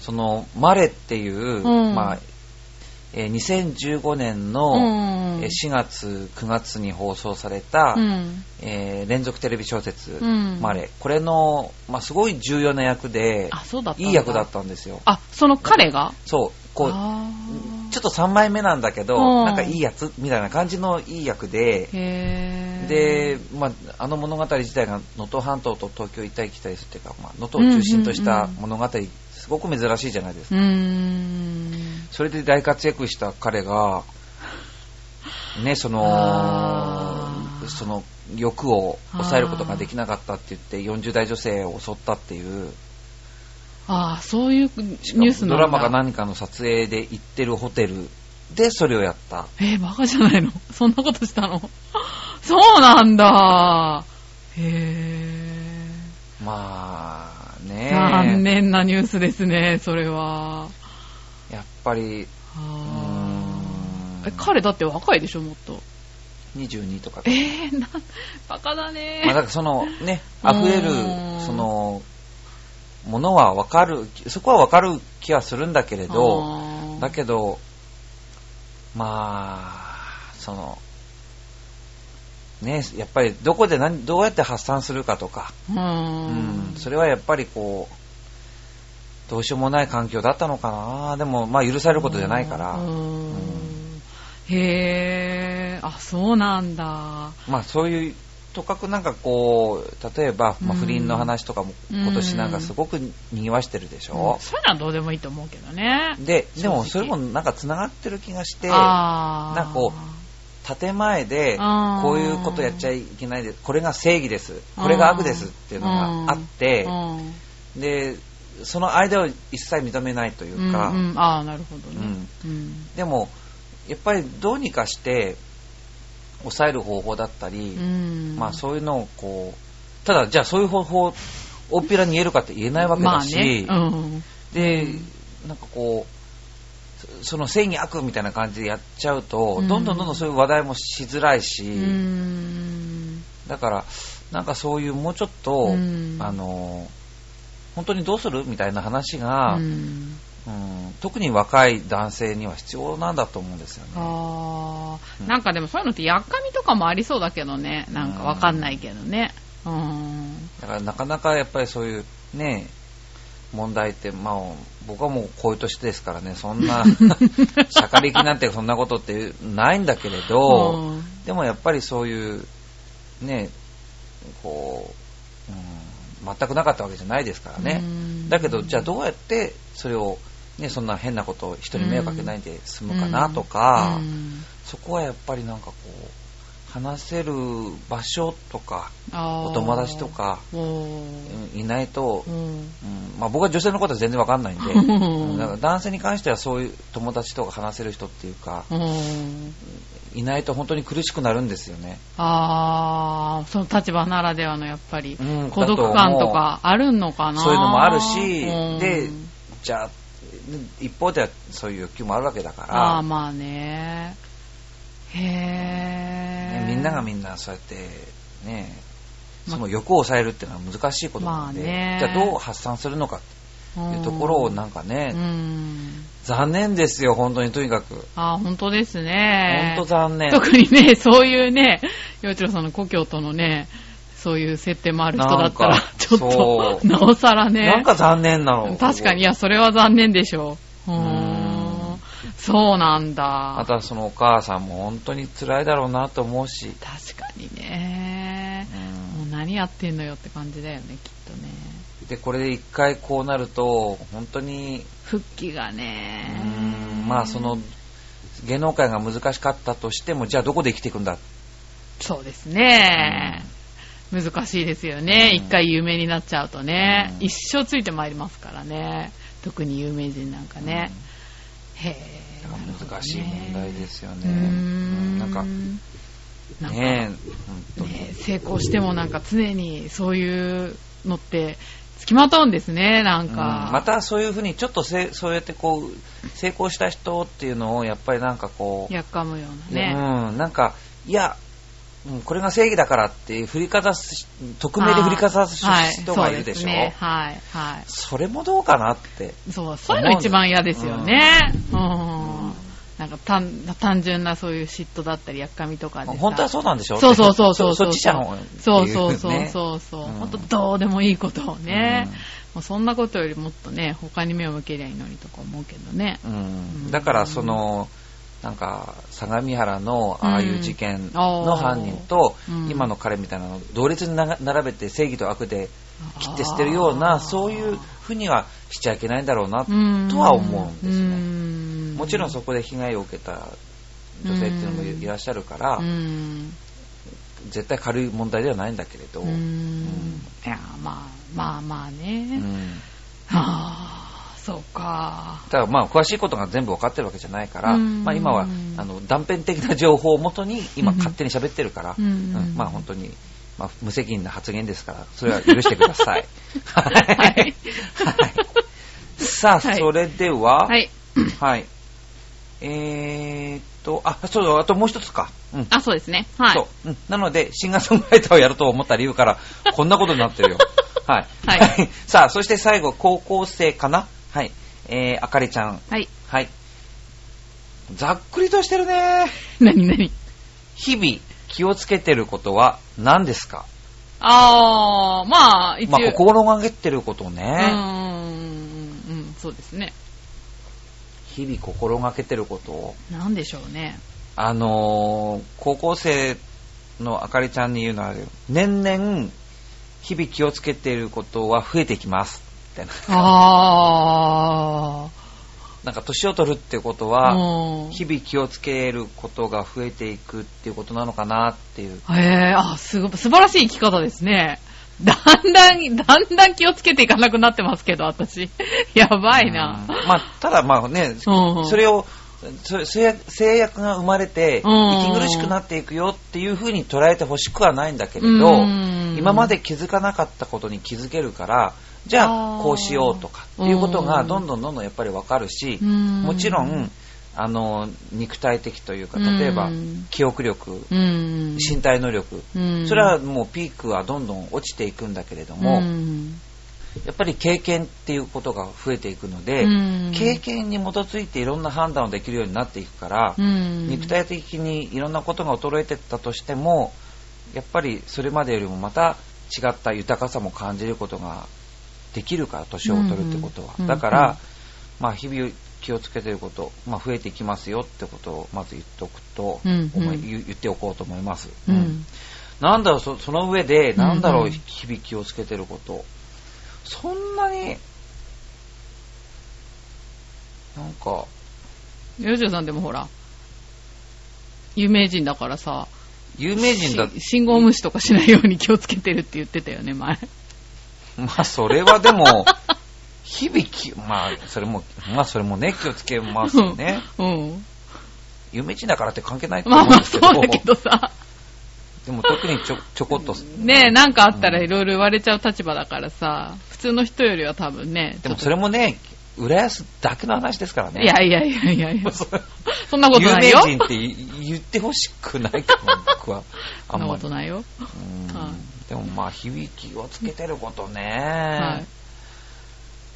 Speaker 1: その、マレっていう、
Speaker 2: うん
Speaker 1: まあ、えー2015年の、
Speaker 2: うん。
Speaker 1: えー4月、9月に放送された、
Speaker 2: うん。
Speaker 1: えー連続テレビ小説、
Speaker 2: うん
Speaker 1: マレ。これの、まあ、すごい重要な役で、
Speaker 2: あ、そうだったん
Speaker 1: いい役だったんですよ。
Speaker 2: あ、その彼が
Speaker 1: そう、こう、
Speaker 2: あ
Speaker 1: ちょっと3枚目なんだけど、
Speaker 2: うん
Speaker 1: なんかいいやつみたいな感じのいい役で、
Speaker 2: ーへー。
Speaker 1: で、まあ、あの物語自体が能登半島と東京行ったり来たりするっていうか、まあ、能登を中心とした物語、すごく珍しいじゃないです
Speaker 2: う
Speaker 1: か。
Speaker 2: ーん。
Speaker 1: それで大活躍した彼が、ね、その
Speaker 2: あ、ー
Speaker 1: その欲を抑えることができなかったって言って、40代女性を襲ったっていう、
Speaker 2: ああ、そういうニ
Speaker 1: しかも
Speaker 2: ュースなんだ
Speaker 1: ドラマか何かの撮影で行ってるホテルでそれをやった。
Speaker 2: えー、バカじゃないの そんなことしたの そうなんだ。へえ。
Speaker 1: まあね、
Speaker 2: 残念なニュースですね、それは。
Speaker 1: やっぱり、
Speaker 2: あ
Speaker 1: う
Speaker 2: ー
Speaker 1: ーん
Speaker 2: え、彼だって若いでしょ、もっと。
Speaker 1: 22とか
Speaker 2: えー、な、バカだね。
Speaker 1: まあ、だからそのね、溢れる
Speaker 2: うん、
Speaker 1: その、ものはわかる、そこはわかる気はするんだけれど、
Speaker 2: あー
Speaker 1: だけど、まあ、その、ね、やっぱりどこで何、どうやって発散するかとか、
Speaker 2: う
Speaker 1: うんん、。それはやっぱりこう、どうしようもない環境だったのかな、でもまあ許されることじゃないから、
Speaker 2: う
Speaker 1: うんん
Speaker 2: へえ。あ、そうなんだ。
Speaker 1: まあそういう、とかくなんかこう、例えば、まあ、
Speaker 2: うん
Speaker 1: 不倫の話とかも
Speaker 2: うん
Speaker 1: 今年なんかすごく賑わしてるでしょ
Speaker 2: うん、そういうのはどうでもいいと思うけどね。
Speaker 1: で、
Speaker 2: 直
Speaker 1: でもそれもなんか繋がってる気がして、
Speaker 2: あー
Speaker 1: なんかこ建前で
Speaker 2: あー
Speaker 1: こういうことやっちゃいけないですこれが正義ですこれが悪ですっていうのがあって
Speaker 2: うんうん
Speaker 1: でその間を一切認めないというか、
Speaker 2: うんうんああ、なるほどね。うん
Speaker 1: でもやっぱりどうにかして抑える方法だったり、
Speaker 2: うん
Speaker 1: まあそういうのをこうただじゃあそういう方法大っぴらに言えるかって言えないわけだし、
Speaker 2: まあねうん
Speaker 1: で
Speaker 2: うん
Speaker 1: なんかこうそその正義悪みたいな感じでやっちゃうと、
Speaker 2: うん
Speaker 1: どんどんどんどんそういう話題もしづらいし、
Speaker 2: うん
Speaker 1: だから、なんかそういうもうちょっと、
Speaker 2: うん
Speaker 1: あの本当にどうするみたいな話が、
Speaker 2: う
Speaker 1: うん
Speaker 2: ん
Speaker 1: 特に若い男性には必要なんだと思うんですよね。
Speaker 2: あ
Speaker 1: う
Speaker 2: ー
Speaker 1: ん
Speaker 2: なんかでもそういうのってやっかみとかもありそうだけどね。なんかわかんないけどね。うん。
Speaker 1: だからなかなかやっぱりそういうね、問題って、まあ、僕はもうこういう年ですからね、そん な、社会的なんてそんなことってないんだけれど、
Speaker 2: うん
Speaker 1: でもやっぱりそういう、ね、こう、うん、全くなかったわけじゃないですからね。
Speaker 2: うん
Speaker 1: だけど、じゃあどうやってそれを、ね、そんな変なことを人に迷惑かけないで済むかなとか、
Speaker 2: うん
Speaker 1: そこはやっぱりなんかこう、話せる場所とか、
Speaker 2: あー
Speaker 1: お友達とか、
Speaker 2: お
Speaker 1: うんいないと、
Speaker 2: ーうん
Speaker 1: うんまあ、僕は女性のことは全然わかんないん で、
Speaker 2: うん
Speaker 1: うんだから男性に関してはそういう友達とか話せる人っていうか、
Speaker 2: うん
Speaker 1: いないと本当に苦しくなるんですよね。
Speaker 2: ああ、その立場ならではのやっぱり、
Speaker 1: うん
Speaker 2: 孤独感とかあるのかな
Speaker 1: そういうのもあるし、
Speaker 2: うん
Speaker 1: で、じゃあ、一方ではそういう欲求もあるわけだから、
Speaker 2: ああ、まあね。へ
Speaker 1: ね
Speaker 2: え。
Speaker 1: みんながみ
Speaker 2: なん
Speaker 1: なそうやってね
Speaker 2: ま
Speaker 1: その欲を抑えるっていうのは難しいことなんで、
Speaker 2: まあね
Speaker 1: じゃあどう発散するのかっていうところをなんかね、
Speaker 2: うん。
Speaker 1: 残念ですよ本当にとにかく、
Speaker 2: ああ、本当ですね。
Speaker 1: 本当残念
Speaker 2: 特にね、そういうね、洋一郎さんの故郷とのね、そういう設定もある人だった
Speaker 1: な
Speaker 2: ら
Speaker 1: んか、
Speaker 2: ちょ
Speaker 1: そ
Speaker 2: っと、
Speaker 1: う
Speaker 2: なおさらね。
Speaker 1: なんか残念なの
Speaker 2: 確かに、いや、それは残念でしょう。うー
Speaker 1: うん
Speaker 2: ん。そうなんだ
Speaker 1: ま。たそのお母さんも本当に辛いだろうなと思うし、
Speaker 2: 確かにね。
Speaker 1: うん
Speaker 2: もう何やってんのよって感じだよね、きっとね。
Speaker 1: でこれで一回こうなると本当に、
Speaker 2: 復帰が
Speaker 1: う
Speaker 2: ね。
Speaker 1: んまあその芸能界が難しかったとしてもじゃあどこで生きていくんだ
Speaker 2: そうですね。難しいですよね。
Speaker 1: うん
Speaker 2: 一回有名になっちゃうとね。
Speaker 1: うん
Speaker 2: 一生ついてまいりますからね。特に有名人なんかね。へえ。
Speaker 1: 難しい問題ですよね。
Speaker 2: なるほどね。う
Speaker 1: うんなんか、
Speaker 2: ーん。なんか
Speaker 1: ねえ、本
Speaker 2: ね、成功してもなんか常にそういうのってつきまとうんですね、なん
Speaker 1: 当
Speaker 2: か。
Speaker 1: うんまたそういうふうに、ちょっとせそうやってこう、成功した人っていうのを、やっぱりなんかこう、
Speaker 2: やっかむようなね。
Speaker 1: うん、なんか、いや、うんこれが正義だからって、振りかざす、匿名で振りかざす人がいるでしょ。
Speaker 2: あーはい、そうすねはい、は
Speaker 1: それもどうかなって。
Speaker 2: い。そう、そういうの一番嫌ですよね。うん。なんか単単純なそういう嫉妬だったり、やっかみとかでさ。
Speaker 1: 本当はそうなんでしょ
Speaker 2: そうそうそうそう。
Speaker 1: そそうっちじゃん。
Speaker 2: そうそう
Speaker 1: ってい
Speaker 2: そう
Speaker 1: ね
Speaker 2: そうそう。
Speaker 1: うん
Speaker 2: ほんとどうでもいいことをね。
Speaker 1: うん
Speaker 2: もうそんなことよりもっとね、他に目を向けりゃいいのにとか思うけどね。
Speaker 1: うんだからそのなんか相模原のああいう事件の犯人と
Speaker 2: うん
Speaker 1: 今の彼みたいなのを同列にな並べて正義と悪で切って捨てるよう
Speaker 2: あー
Speaker 1: なそういうふうにはしちゃいけないんだろうなと
Speaker 2: と
Speaker 1: は思うんですね。
Speaker 2: ね
Speaker 1: もちろんそこで被害を受けた女性っていうのもいらっしゃるから
Speaker 2: うん
Speaker 1: 絶対軽い問題ではないんだけれど、
Speaker 2: うん
Speaker 1: うん
Speaker 2: いやまあまあまあ
Speaker 1: う
Speaker 2: ね、
Speaker 1: ん
Speaker 2: ああそうか
Speaker 1: ただまあ詳しいことが全部分かってるわけじゃないから、
Speaker 2: うん
Speaker 1: まあ、今はあの断片的な情報をもとに今勝手に喋ってるから、
Speaker 2: うん
Speaker 1: うんまあ、本当に、まあ、無責任な発言ですからそれは許してくださ い。はい
Speaker 2: はい
Speaker 1: はいさあ、
Speaker 2: はい
Speaker 1: それでは、
Speaker 2: はい
Speaker 1: はいえーっとあそうだあともう一つか。うん
Speaker 2: あそうですねはい
Speaker 1: そう、うんなので、シンガーソングライターをやろうと思った理由 から、こんなことになってるよ。はい。
Speaker 2: はい
Speaker 1: さあ、そして最後、高校生かなはい。えー、あかりちゃん。
Speaker 2: はい
Speaker 1: はい。ざっくりとしてるね。
Speaker 2: 何何
Speaker 1: 日々、気をつけてることは何ですか
Speaker 2: ああまあ一
Speaker 1: ま
Speaker 2: 応、
Speaker 1: あ、心がけてること
Speaker 2: う
Speaker 1: ね。
Speaker 2: んうんうんそうですね
Speaker 1: 日々心がけてること。
Speaker 2: なんでしょうね
Speaker 1: あのー高校生のあかりちゃんに言うのはあれだけど年々、日々気をつけていることは増えていきます。みたいな。
Speaker 2: ああ。
Speaker 1: なんか年を取るってこと
Speaker 2: う
Speaker 1: は、
Speaker 2: ん
Speaker 1: 日々気をつけることが増えていくっていうことなのかなっていう。
Speaker 2: へえ、あ、すごい、素晴らしい生き方ですね。だんだん、だんだん気をつけていかなくなってますけど、私。 やばいな。
Speaker 1: うんまあ、ただまあね、
Speaker 2: うん
Speaker 1: それを、そ制約制約が生まれて、
Speaker 2: うん
Speaker 1: 息苦しくなっていくよっていうふうに捉えてほしくはないんだけれ
Speaker 2: う
Speaker 1: ど
Speaker 2: ん、
Speaker 1: 今まで気づかなかったことに気づけるから、じゃ
Speaker 2: あ
Speaker 1: あ
Speaker 2: ー
Speaker 1: こうしようとかっていうことが
Speaker 2: うん
Speaker 1: どんどんどんどんやっぱりわかるし、
Speaker 2: うん
Speaker 1: もちろん、あの、肉体的というか、例えば
Speaker 2: うん
Speaker 1: 記憶力、
Speaker 2: うん。
Speaker 1: 身体能力、
Speaker 2: うん
Speaker 1: それはもうピークはどんどん落ちていくんだけれども、
Speaker 2: うん
Speaker 1: やっぱり経験っていうことが増えていくので、
Speaker 2: うん
Speaker 1: 経験に基づいていろんな判断をできるようになっていくから、
Speaker 2: うん
Speaker 1: 肉体的にいろんなことが衰えてったとしてもやっぱりそれまでよりもまた違った豊かさも感じることができるから年を取るってことは、
Speaker 2: うん
Speaker 1: だから、
Speaker 2: うん
Speaker 1: まあ、日々気をつけてること、まあ、増えていきますよってことをまず言っておくと、
Speaker 2: うん
Speaker 1: 思い
Speaker 2: うん
Speaker 1: 言言っておこうと思います、う
Speaker 2: う
Speaker 1: ん
Speaker 2: ん。
Speaker 1: なんだろうそ、その上で、なんだろ
Speaker 2: うんう
Speaker 1: う、
Speaker 2: ん
Speaker 1: 日々気をつけてること。そんなに、なんか、
Speaker 2: ヨジョさんでもほら、有名人だからさ、
Speaker 1: 有名人だ、
Speaker 2: し信号無視とかしないように気をつけてるって言ってたよね、前。
Speaker 1: まあ、それはでも、日々き、まあ、それも、まあ、それもね、気をつけますよ ね。
Speaker 2: うん。
Speaker 1: 有名人だからって関係ないと思
Speaker 2: まあ
Speaker 1: うん
Speaker 2: まあ、
Speaker 1: です
Speaker 2: そ
Speaker 1: け
Speaker 2: う
Speaker 1: ど、
Speaker 2: だけどさ。
Speaker 1: でも特にちょ、ちょこっと、
Speaker 2: ねえ、なんかあったらいろいろ言われちゃう立場だからさ、普通の人よりは多分ね、
Speaker 1: でも
Speaker 2: ち
Speaker 1: それもね、浦安だけの話ですから
Speaker 2: ょっと
Speaker 1: ね。
Speaker 2: いやいやいやいやいや、
Speaker 1: そ
Speaker 2: そんなこと
Speaker 1: 有
Speaker 2: ない
Speaker 1: 名
Speaker 2: よ。
Speaker 1: 人って言言ってほしくないかも、僕は。あ
Speaker 2: そん
Speaker 1: ん
Speaker 2: な
Speaker 1: ま
Speaker 2: こ
Speaker 1: り
Speaker 2: と。ないよ。
Speaker 1: うん
Speaker 2: は
Speaker 1: でもまあ響きをつけてることね、
Speaker 2: はい。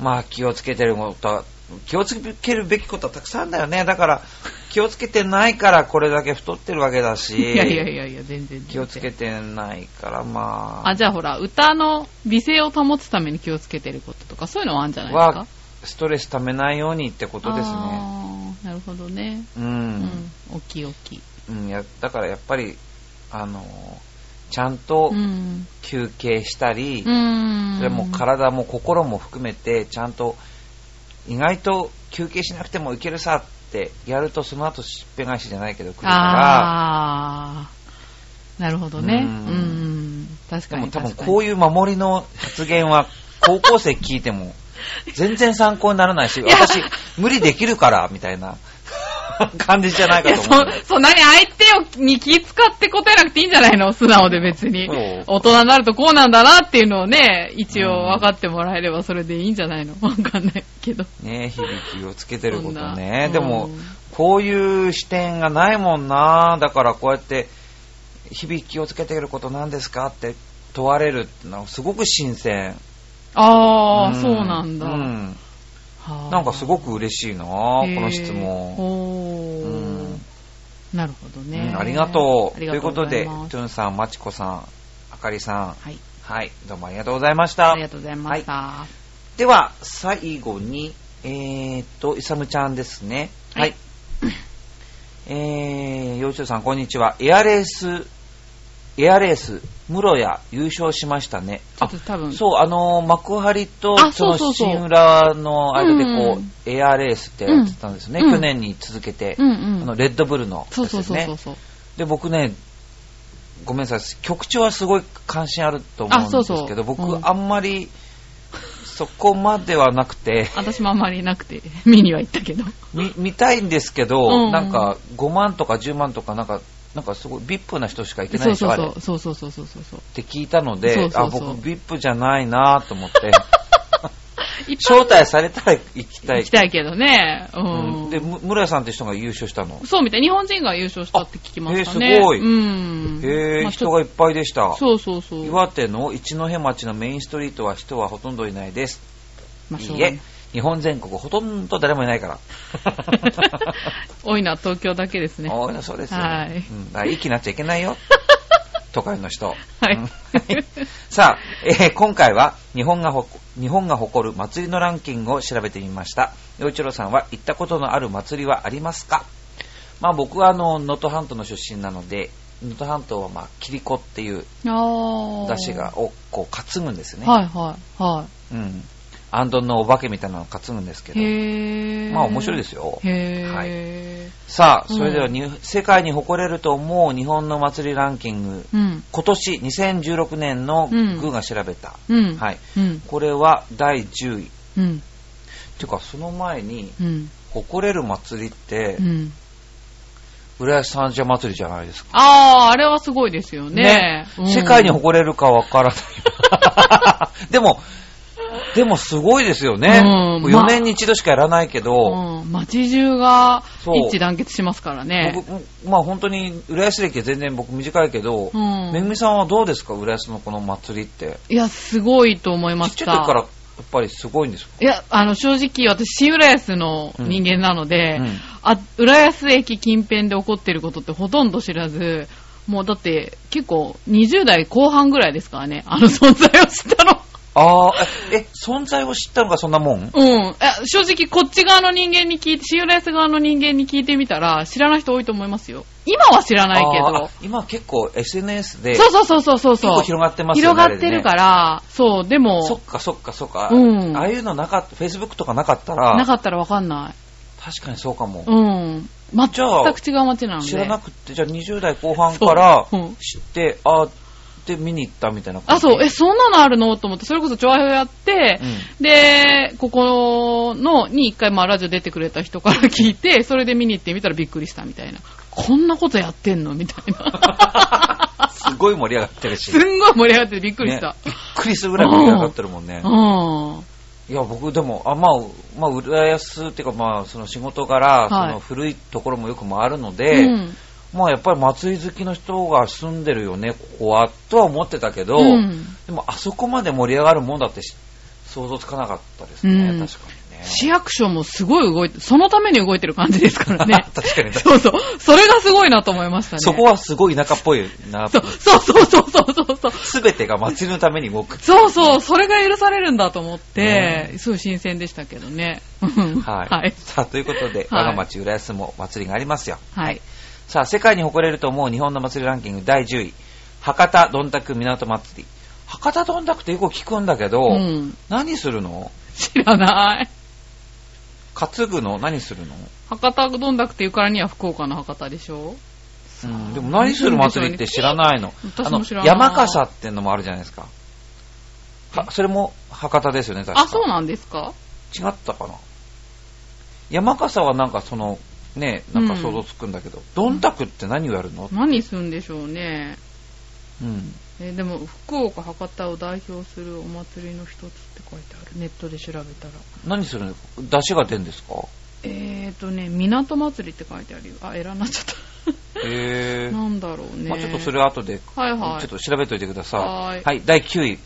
Speaker 1: まあ気をつけてることは気をつけるべきことはたくさんだよねだから気をつけてないからこれだけ太ってるわけだし
Speaker 2: いやいやいやいや、全然全然。
Speaker 1: 気をつけてないからまあ
Speaker 2: あ、じゃあほら、歌の美声を保つために気をつけてることとか、そういうのはあるんじゃないですか
Speaker 1: はストレスためないようにってことですね
Speaker 2: あーなるほどね。
Speaker 1: う、
Speaker 2: うんん。おきおき。
Speaker 1: うん、やだからやっぱりあのちゃんと
Speaker 2: うん。
Speaker 1: 休憩したり、
Speaker 2: うん。
Speaker 1: それも体も心も含めてちゃんと意外と休憩しなくてもいけるさってやるとその後しっぺ返しじゃないけど来るから
Speaker 2: ああ。なるほどね。う
Speaker 1: うんん。
Speaker 2: 確
Speaker 1: で
Speaker 2: かに
Speaker 1: も多分
Speaker 2: 確かに。
Speaker 1: こういう守りの発言は高校生聞いて も全然参考にならないし
Speaker 2: や
Speaker 1: 私無理できるからみたいな 感じじゃない
Speaker 2: い
Speaker 1: か
Speaker 2: や、
Speaker 1: と思う。
Speaker 2: そ、そんなに相手をに気使って答えなくていいんじゃないの素直で別に
Speaker 1: そう。
Speaker 2: 大人になるとこうなんだなっていうのをね、一応分かってもらえればそれでいいんじゃないの わかんないけど。
Speaker 1: ね響きをつけてること
Speaker 2: そんな
Speaker 1: ね。でも
Speaker 2: うん、
Speaker 1: こういう視点がないもんな。だからこうやって、響きをつけてることなんですかって問われるってのはすごく新鮮。
Speaker 2: ああ、
Speaker 1: ん
Speaker 2: そうなんだ。
Speaker 1: うん。
Speaker 2: はあ
Speaker 1: なんかすごく嬉しいな、こ
Speaker 2: へー
Speaker 1: の質問。
Speaker 2: おー
Speaker 1: うん
Speaker 2: なるほどね、
Speaker 1: うんありがとう。
Speaker 2: あ
Speaker 1: と
Speaker 2: り
Speaker 1: い
Speaker 2: が
Speaker 1: う
Speaker 2: と
Speaker 1: こ
Speaker 2: ご
Speaker 1: と
Speaker 2: ざ
Speaker 1: で、
Speaker 2: い
Speaker 1: ト
Speaker 2: ます
Speaker 1: ゥンさん、まちこさん、あかりさん、
Speaker 2: はい。
Speaker 1: はい、どうもありがとうございました
Speaker 2: あり。がとうございました。は
Speaker 1: では、最後に、えーっと、いさむちゃんですね。
Speaker 2: は
Speaker 1: はいい。えー、幼鳥さん、こんにちは。エアレース、エアレース、室谷優勝しましたね。
Speaker 2: ちょっと多分
Speaker 1: そう、あのー、幕張と
Speaker 2: あ、
Speaker 1: その
Speaker 2: そうそうそう
Speaker 1: 新浦の間で、
Speaker 2: う
Speaker 1: こ
Speaker 2: ん
Speaker 1: う、エアレースってやってたんですね。
Speaker 2: うん
Speaker 1: 去年に続けて、
Speaker 2: うん
Speaker 1: あ
Speaker 2: う
Speaker 1: の、
Speaker 2: ん。
Speaker 1: レッドブルのやつ
Speaker 2: そう
Speaker 1: です
Speaker 2: そう
Speaker 1: ね。
Speaker 2: そうそうそう。
Speaker 1: で、僕ね、ごめんなさい、局長はすごい関心あると思うん
Speaker 2: あ
Speaker 1: です
Speaker 2: そ
Speaker 1: け
Speaker 2: う
Speaker 1: ど、
Speaker 2: そうう
Speaker 1: 僕、
Speaker 2: ん
Speaker 1: あんまり、そこまではなく て、
Speaker 2: 私もあんまりなくて、 見には行ったけど。
Speaker 1: み見たいんですけど、
Speaker 2: うん
Speaker 1: なんか5万とか10万とか、なんか、なんかすごい VIP な人しか行けないで
Speaker 2: そう
Speaker 1: しょ、
Speaker 2: そう
Speaker 1: あ
Speaker 2: そ
Speaker 1: れ。
Speaker 2: う。そうそうそうそうそうそう。
Speaker 1: って聞いたので、
Speaker 2: そうそうそう
Speaker 1: あ、僕 VIP じゃないなと思って、
Speaker 2: 一般
Speaker 1: 招待されたら行きたい。
Speaker 2: 行きたいけどね。う
Speaker 1: うん
Speaker 2: ん。
Speaker 1: で、む村屋さんって人が優勝したの。
Speaker 2: そうみたい。日本人が優勝したって聞きましたね。
Speaker 1: あへーすごい
Speaker 2: うん。
Speaker 1: へえ、
Speaker 2: まあ
Speaker 1: 人がいっぱいでした。
Speaker 2: そうそうそう。
Speaker 1: 岩手の一戸町のメインストリートは人はほとんどいないです。
Speaker 2: まあ
Speaker 1: い
Speaker 2: そう
Speaker 1: いえ、日本全国ほとんど誰もいないから。
Speaker 2: 多いのは東京だけです ね。
Speaker 1: おそうですよ、
Speaker 2: はい
Speaker 1: うん、だから息なっちゃいけない よ。都会の人。
Speaker 2: はい
Speaker 1: うんさあ、えー今回は日本がほ日本が誇る祭りのランキングを調べてみました。陽一郎さんは行ったことのある祭りはありますかまあ僕はあの、能登半島の出身なので、能登半島はまあ、キリコっていう
Speaker 2: ああ。
Speaker 1: 出汁が、をこう担ぐんですね。
Speaker 2: はいはいは
Speaker 1: うん。アンドンのお化けみたいなのを担ぐんですけ
Speaker 2: い。
Speaker 1: ど、
Speaker 2: へえ。。
Speaker 1: まあ面白いですすよ。
Speaker 2: へえ。
Speaker 1: さあ、それではに、世界に誇れると思う日本の祭りランキング、
Speaker 2: うん。
Speaker 1: 今年2016年のグーが調べた。
Speaker 2: うん。
Speaker 1: はい。
Speaker 2: うん。
Speaker 1: これは第10位。
Speaker 2: うん。
Speaker 1: てか、その前に、
Speaker 2: うん。
Speaker 1: 誇れる祭りって
Speaker 2: う、ん。
Speaker 1: 浦安三社祭りじゃないですか。
Speaker 2: ああ、あれはすごいですよね。うん
Speaker 1: 世界に誇れるかわから ない。でも、でもすごいですよね。
Speaker 2: うん
Speaker 1: 4年に一度しかやらないけど、
Speaker 2: うん。街中が
Speaker 1: そう
Speaker 2: 一致団結しますからね。
Speaker 1: 僕、まあ本当に浦安歴は全然僕短いけど、
Speaker 2: うん
Speaker 1: めぐみさんはどうですか浦安のこの祭りって。
Speaker 2: いや、すごいと思いま
Speaker 1: ちっ
Speaker 2: し
Speaker 1: ち
Speaker 2: た。
Speaker 1: ゃい時からやっぱりすごいんですか
Speaker 2: いや、あの、正直、私、新浦安の人間なので、
Speaker 1: うんうん
Speaker 2: あ、浦安駅近辺で起こってることってほとんど知らず、もうだって、結構、20代後半ぐらいですからね、あの存在を知ったの。
Speaker 1: ああ、え、え存在を知ったのがそんなもん
Speaker 2: うん。え正直、こっち側の人間に聞いて、新浦安側の人間に聞いてみたら、知らない人多いと思いますよ。今は知らないけ
Speaker 1: あー
Speaker 2: ど
Speaker 1: あ。今結構 SNS で
Speaker 2: そうそうそうそうそう
Speaker 1: 結構
Speaker 2: そう。
Speaker 1: 広がってますよね。
Speaker 2: 広がってる
Speaker 1: ら。
Speaker 2: から、そう、でも、
Speaker 1: そっかそっかそっか。
Speaker 2: うん
Speaker 1: ああいうのなかった、Facebook とかなかったら、
Speaker 2: なかったらわかんない。
Speaker 1: 確かにそうかも。
Speaker 2: うん。全
Speaker 1: じゃあ
Speaker 2: く違う街なので。
Speaker 1: 知らなくって、じゃあ20代後半から
Speaker 2: そううん
Speaker 1: 知って、あーで見に行ったみたいな感
Speaker 2: あ、
Speaker 1: じ。
Speaker 2: そう、え、そんなのあるのと思って、それこそ調和表やって、で、ここの、に一回、まあ、ラジオ出てくれた人から聞いて、それで見に行ってみたらびっくりしたみたいな。こんなことやってんのみたいな。
Speaker 1: すごい盛り上がってるし。
Speaker 2: すんごい盛り上がってびっくりした。
Speaker 1: ねびっくりするぐらい盛り上がってるもんね
Speaker 2: う。ん。
Speaker 1: いや、僕でも、あまあ、まあ、浦安っていうか、まあ、その仕事柄、
Speaker 2: はい
Speaker 1: その古いところもよく回るの
Speaker 2: う
Speaker 1: で、
Speaker 2: ん。
Speaker 1: まあ、やっぱり祭り好きの人が住んでるよね、ここは、とは思ってたけど、
Speaker 2: うん
Speaker 1: でも、あそこまで盛り上がるもんだってし想像つかなかったですね、
Speaker 2: うん
Speaker 1: 確かにね。。
Speaker 2: 市役所もすごい動いて、そのために動いてる感じですからね
Speaker 1: 確かに
Speaker 2: そうそう。それがすごいなと思いましたね。
Speaker 1: そこはすごい田舎っぽいな。
Speaker 2: そうそうそうそうそうそう。
Speaker 1: すべてが祭りのために動く。
Speaker 2: そうそう、それが許されるんだと思って、
Speaker 1: ね
Speaker 2: すごい新鮮でしたけどね。うん
Speaker 1: はい。
Speaker 2: はい。
Speaker 1: さあ、ということで、
Speaker 2: は
Speaker 1: 我
Speaker 2: い
Speaker 1: が町浦安も祭りがありますよ。
Speaker 2: はい。
Speaker 1: さあ、世界に誇れると思う日本の祭りランキング第10位。博多どんたく港祭り。博多どんたくってよく聞くんだけど、
Speaker 2: うん。
Speaker 1: 何するの
Speaker 2: 知らない。
Speaker 1: 担ぐの何するの、
Speaker 2: 博多どんだくっていうからには福岡の博多でしょ
Speaker 1: うん、でも何する祭りって知らないの。
Speaker 2: 私も知らない
Speaker 1: あの、山笠ってのもあるじゃないですか。は、それも博多ですよね、確か
Speaker 2: あ、そうなんですか
Speaker 1: 違ったかな山笠はなんかそのねなんか想像つくんだけど、どんたくって何をやるの、
Speaker 2: 何するんでしょうね。
Speaker 1: うん、
Speaker 2: えーでも、福岡、博多を代表するお祭りの一つって書いてある。ネットで調べたら。
Speaker 1: 何するの出汁が出るんですか
Speaker 2: えーとね、港祭りって書いてあるよ。あ、えらなっちゃっ
Speaker 1: へ
Speaker 2: た。
Speaker 1: え
Speaker 2: なんだろうね。
Speaker 1: まあ、ちょっとそれは後で、
Speaker 2: はいはい
Speaker 1: ちょっと調べておいてください
Speaker 2: はーい
Speaker 1: 第9位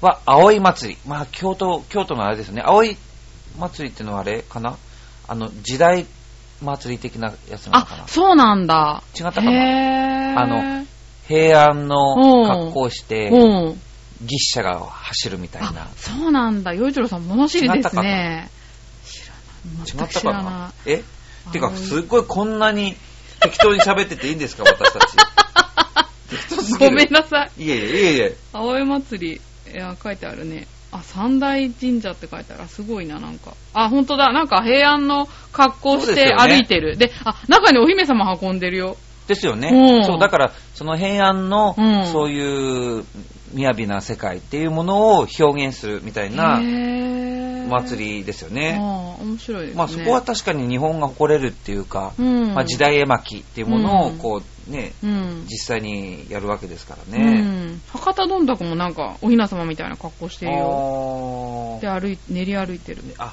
Speaker 1: は葵祭りまあ京都京都のあれですね葵祭りってのはあれかなあの時代祭り的なやつなのか
Speaker 2: あ
Speaker 1: な、
Speaker 2: そうなんだ。
Speaker 1: 違ったかな
Speaker 2: へー
Speaker 1: あの平安の格好をして
Speaker 2: うん。
Speaker 1: 牛車が走るみたいな
Speaker 2: あ、そうなんだ。洋一郎さん、物知りですね。知
Speaker 1: 違
Speaker 2: らない。全
Speaker 1: っ
Speaker 2: く
Speaker 1: た
Speaker 2: 知
Speaker 1: からな
Speaker 2: な
Speaker 1: えてか
Speaker 2: あー
Speaker 1: すっごいこんなに適当に喋ってていいんですか私た ち適当すぎ
Speaker 2: い。
Speaker 1: る
Speaker 2: ごめんなさい。
Speaker 1: いえいえいえいえ
Speaker 2: 葵祭り、いや、書いてあるね。あ、三大神社って書いてある。あすごいな、なんか。あ、ほんとだ。なんか平安の格好
Speaker 1: そう
Speaker 2: し
Speaker 1: です
Speaker 2: て
Speaker 1: よね
Speaker 2: 歩いてる。であ、中にお姫様運んでるよ。
Speaker 1: ですよね、
Speaker 2: うん
Speaker 1: そうだからその平安の、
Speaker 2: うん
Speaker 1: そういう雅な世界っていうものを表現するみたいな
Speaker 2: 祭り
Speaker 1: 祭りですよ
Speaker 2: ね。
Speaker 1: ね、
Speaker 2: あー面白いですね。
Speaker 1: まあ、そこは、確かに日本が誇れるっていうか、
Speaker 2: うん、
Speaker 1: まあ、時代絵巻っていうものを
Speaker 2: うん
Speaker 1: こう、ね
Speaker 2: うん、
Speaker 1: 実際にやるわけですから
Speaker 2: う
Speaker 1: ね、
Speaker 2: ん。博多どんたくもなんか、お雛様みたいな格好してるよ。
Speaker 1: あー
Speaker 2: で、歩い、練り歩いてる。
Speaker 1: あ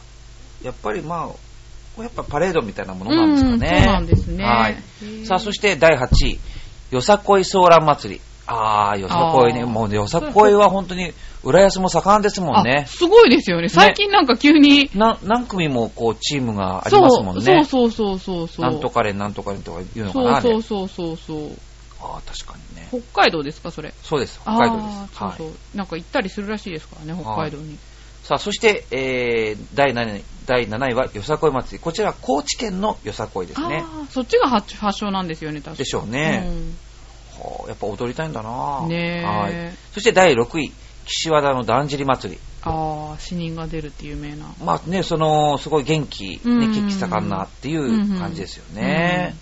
Speaker 1: やっぱりまあやっぱパレードみたいなものなんですかね、
Speaker 2: うんそうなんですね
Speaker 1: はい
Speaker 2: へー
Speaker 1: さあそして第8位よさこいソーラン祭りああよさこいね
Speaker 2: あー
Speaker 1: もうねよさこいは本当に浦安も盛んですもん
Speaker 2: あ
Speaker 1: ね
Speaker 2: すごいですよね。最近なんか急に、
Speaker 1: な何組もこうチームがありますも
Speaker 2: そ
Speaker 1: んね
Speaker 2: うそうそうそうそうそう。
Speaker 1: なんとかれんなんとかれんとか言うのか
Speaker 2: そ
Speaker 1: な
Speaker 2: うそう
Speaker 1: あれ
Speaker 2: そうそうそう。
Speaker 1: あー確かにね
Speaker 2: 北海道ですか、それ。
Speaker 1: そうです北海道で
Speaker 2: あー
Speaker 1: す
Speaker 2: そう
Speaker 1: はい
Speaker 2: そう、なんか行ったりするらしいですからね、北海道に。
Speaker 1: さあ、そして、えー第7位、第7位はよさこい祭り。こちら、高知県のよさこいですね。
Speaker 2: あーそっちが発発祥なんですよね、確か
Speaker 1: でしょうね
Speaker 2: うん
Speaker 1: はあやっぱ踊りたいんだな
Speaker 2: ねえ
Speaker 1: はい。そして第6位、岸和田のだんじり祭り。
Speaker 2: ああ、死人が出るって有名な。
Speaker 1: まあね、その、すごい元気、
Speaker 2: うん
Speaker 1: ね、血気盛んなっていう感じですよね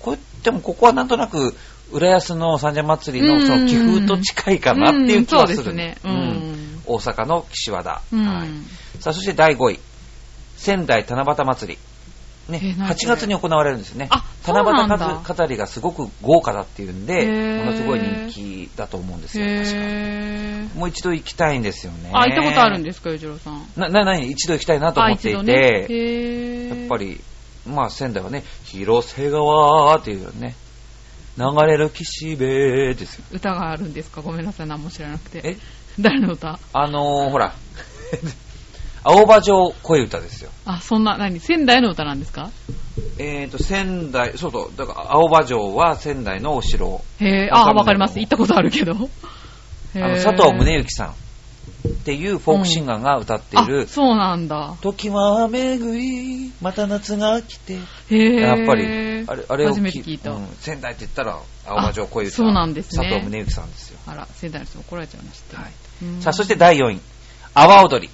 Speaker 2: うん。
Speaker 1: これ、でもここはなんとなく、浦安の三社祭りのその気風と近いかなっていう気がする。
Speaker 2: うんそうですね。う
Speaker 1: うん
Speaker 2: ん。
Speaker 1: 大阪の岸和田。
Speaker 2: うん
Speaker 1: はいさあ、そして第5位、仙台七夕祭り。ね、
Speaker 2: え何そ
Speaker 1: 8
Speaker 2: れ
Speaker 1: 月に行われるんですね。
Speaker 2: あそう
Speaker 1: 七
Speaker 2: なんだ
Speaker 1: 夕飾りがすごく豪華だっていうん
Speaker 2: へ
Speaker 1: で、
Speaker 2: ー
Speaker 1: ものすごい人気だと思うんですよ、確か
Speaker 2: へー
Speaker 1: もう一度行きたいんですよね。
Speaker 2: あ、行ったことあるん
Speaker 1: で
Speaker 2: ですか、ゆじろうさん。
Speaker 1: な、な、なに一度行きたいなと
Speaker 2: あ、
Speaker 1: 思って
Speaker 2: 一
Speaker 1: い
Speaker 2: 度
Speaker 1: て、
Speaker 2: ね。へー
Speaker 1: やっぱ。り、まあ仙台はね、広瀬川っていうよね、流れる岸辺ですよ。
Speaker 2: 歌があるんですかごめんなさい、何も知らなくて。
Speaker 1: え
Speaker 2: 誰の歌
Speaker 1: あのー、ほら、 青葉城恋歌ですよ。
Speaker 2: あ、そんな、何仙台の歌なんですか
Speaker 1: えー、と、仙台、そうそう、だから、青葉城は仙台のお城。
Speaker 2: へ
Speaker 1: わかん
Speaker 2: ー
Speaker 1: な
Speaker 2: あ、
Speaker 1: い
Speaker 2: わかります。行ったことあるけど。
Speaker 1: あ
Speaker 2: へ
Speaker 1: の、
Speaker 2: ー
Speaker 1: 佐藤宗之さんっていうフォークシンガーが歌っている
Speaker 2: あ、そうなんだ。
Speaker 1: 時は巡り、また夏が来て。
Speaker 2: へー
Speaker 1: やっぱり、あれ、あれを
Speaker 2: 初めて聞いた。
Speaker 1: うん仙台って言ったら、青葉城恋歌。
Speaker 2: あそうなんですね
Speaker 1: 佐藤宗之さんですよ。
Speaker 2: あら、仙台の人怒られちゃいました。
Speaker 1: はい
Speaker 2: うん
Speaker 1: さあ、そして第4位。阿波踊り。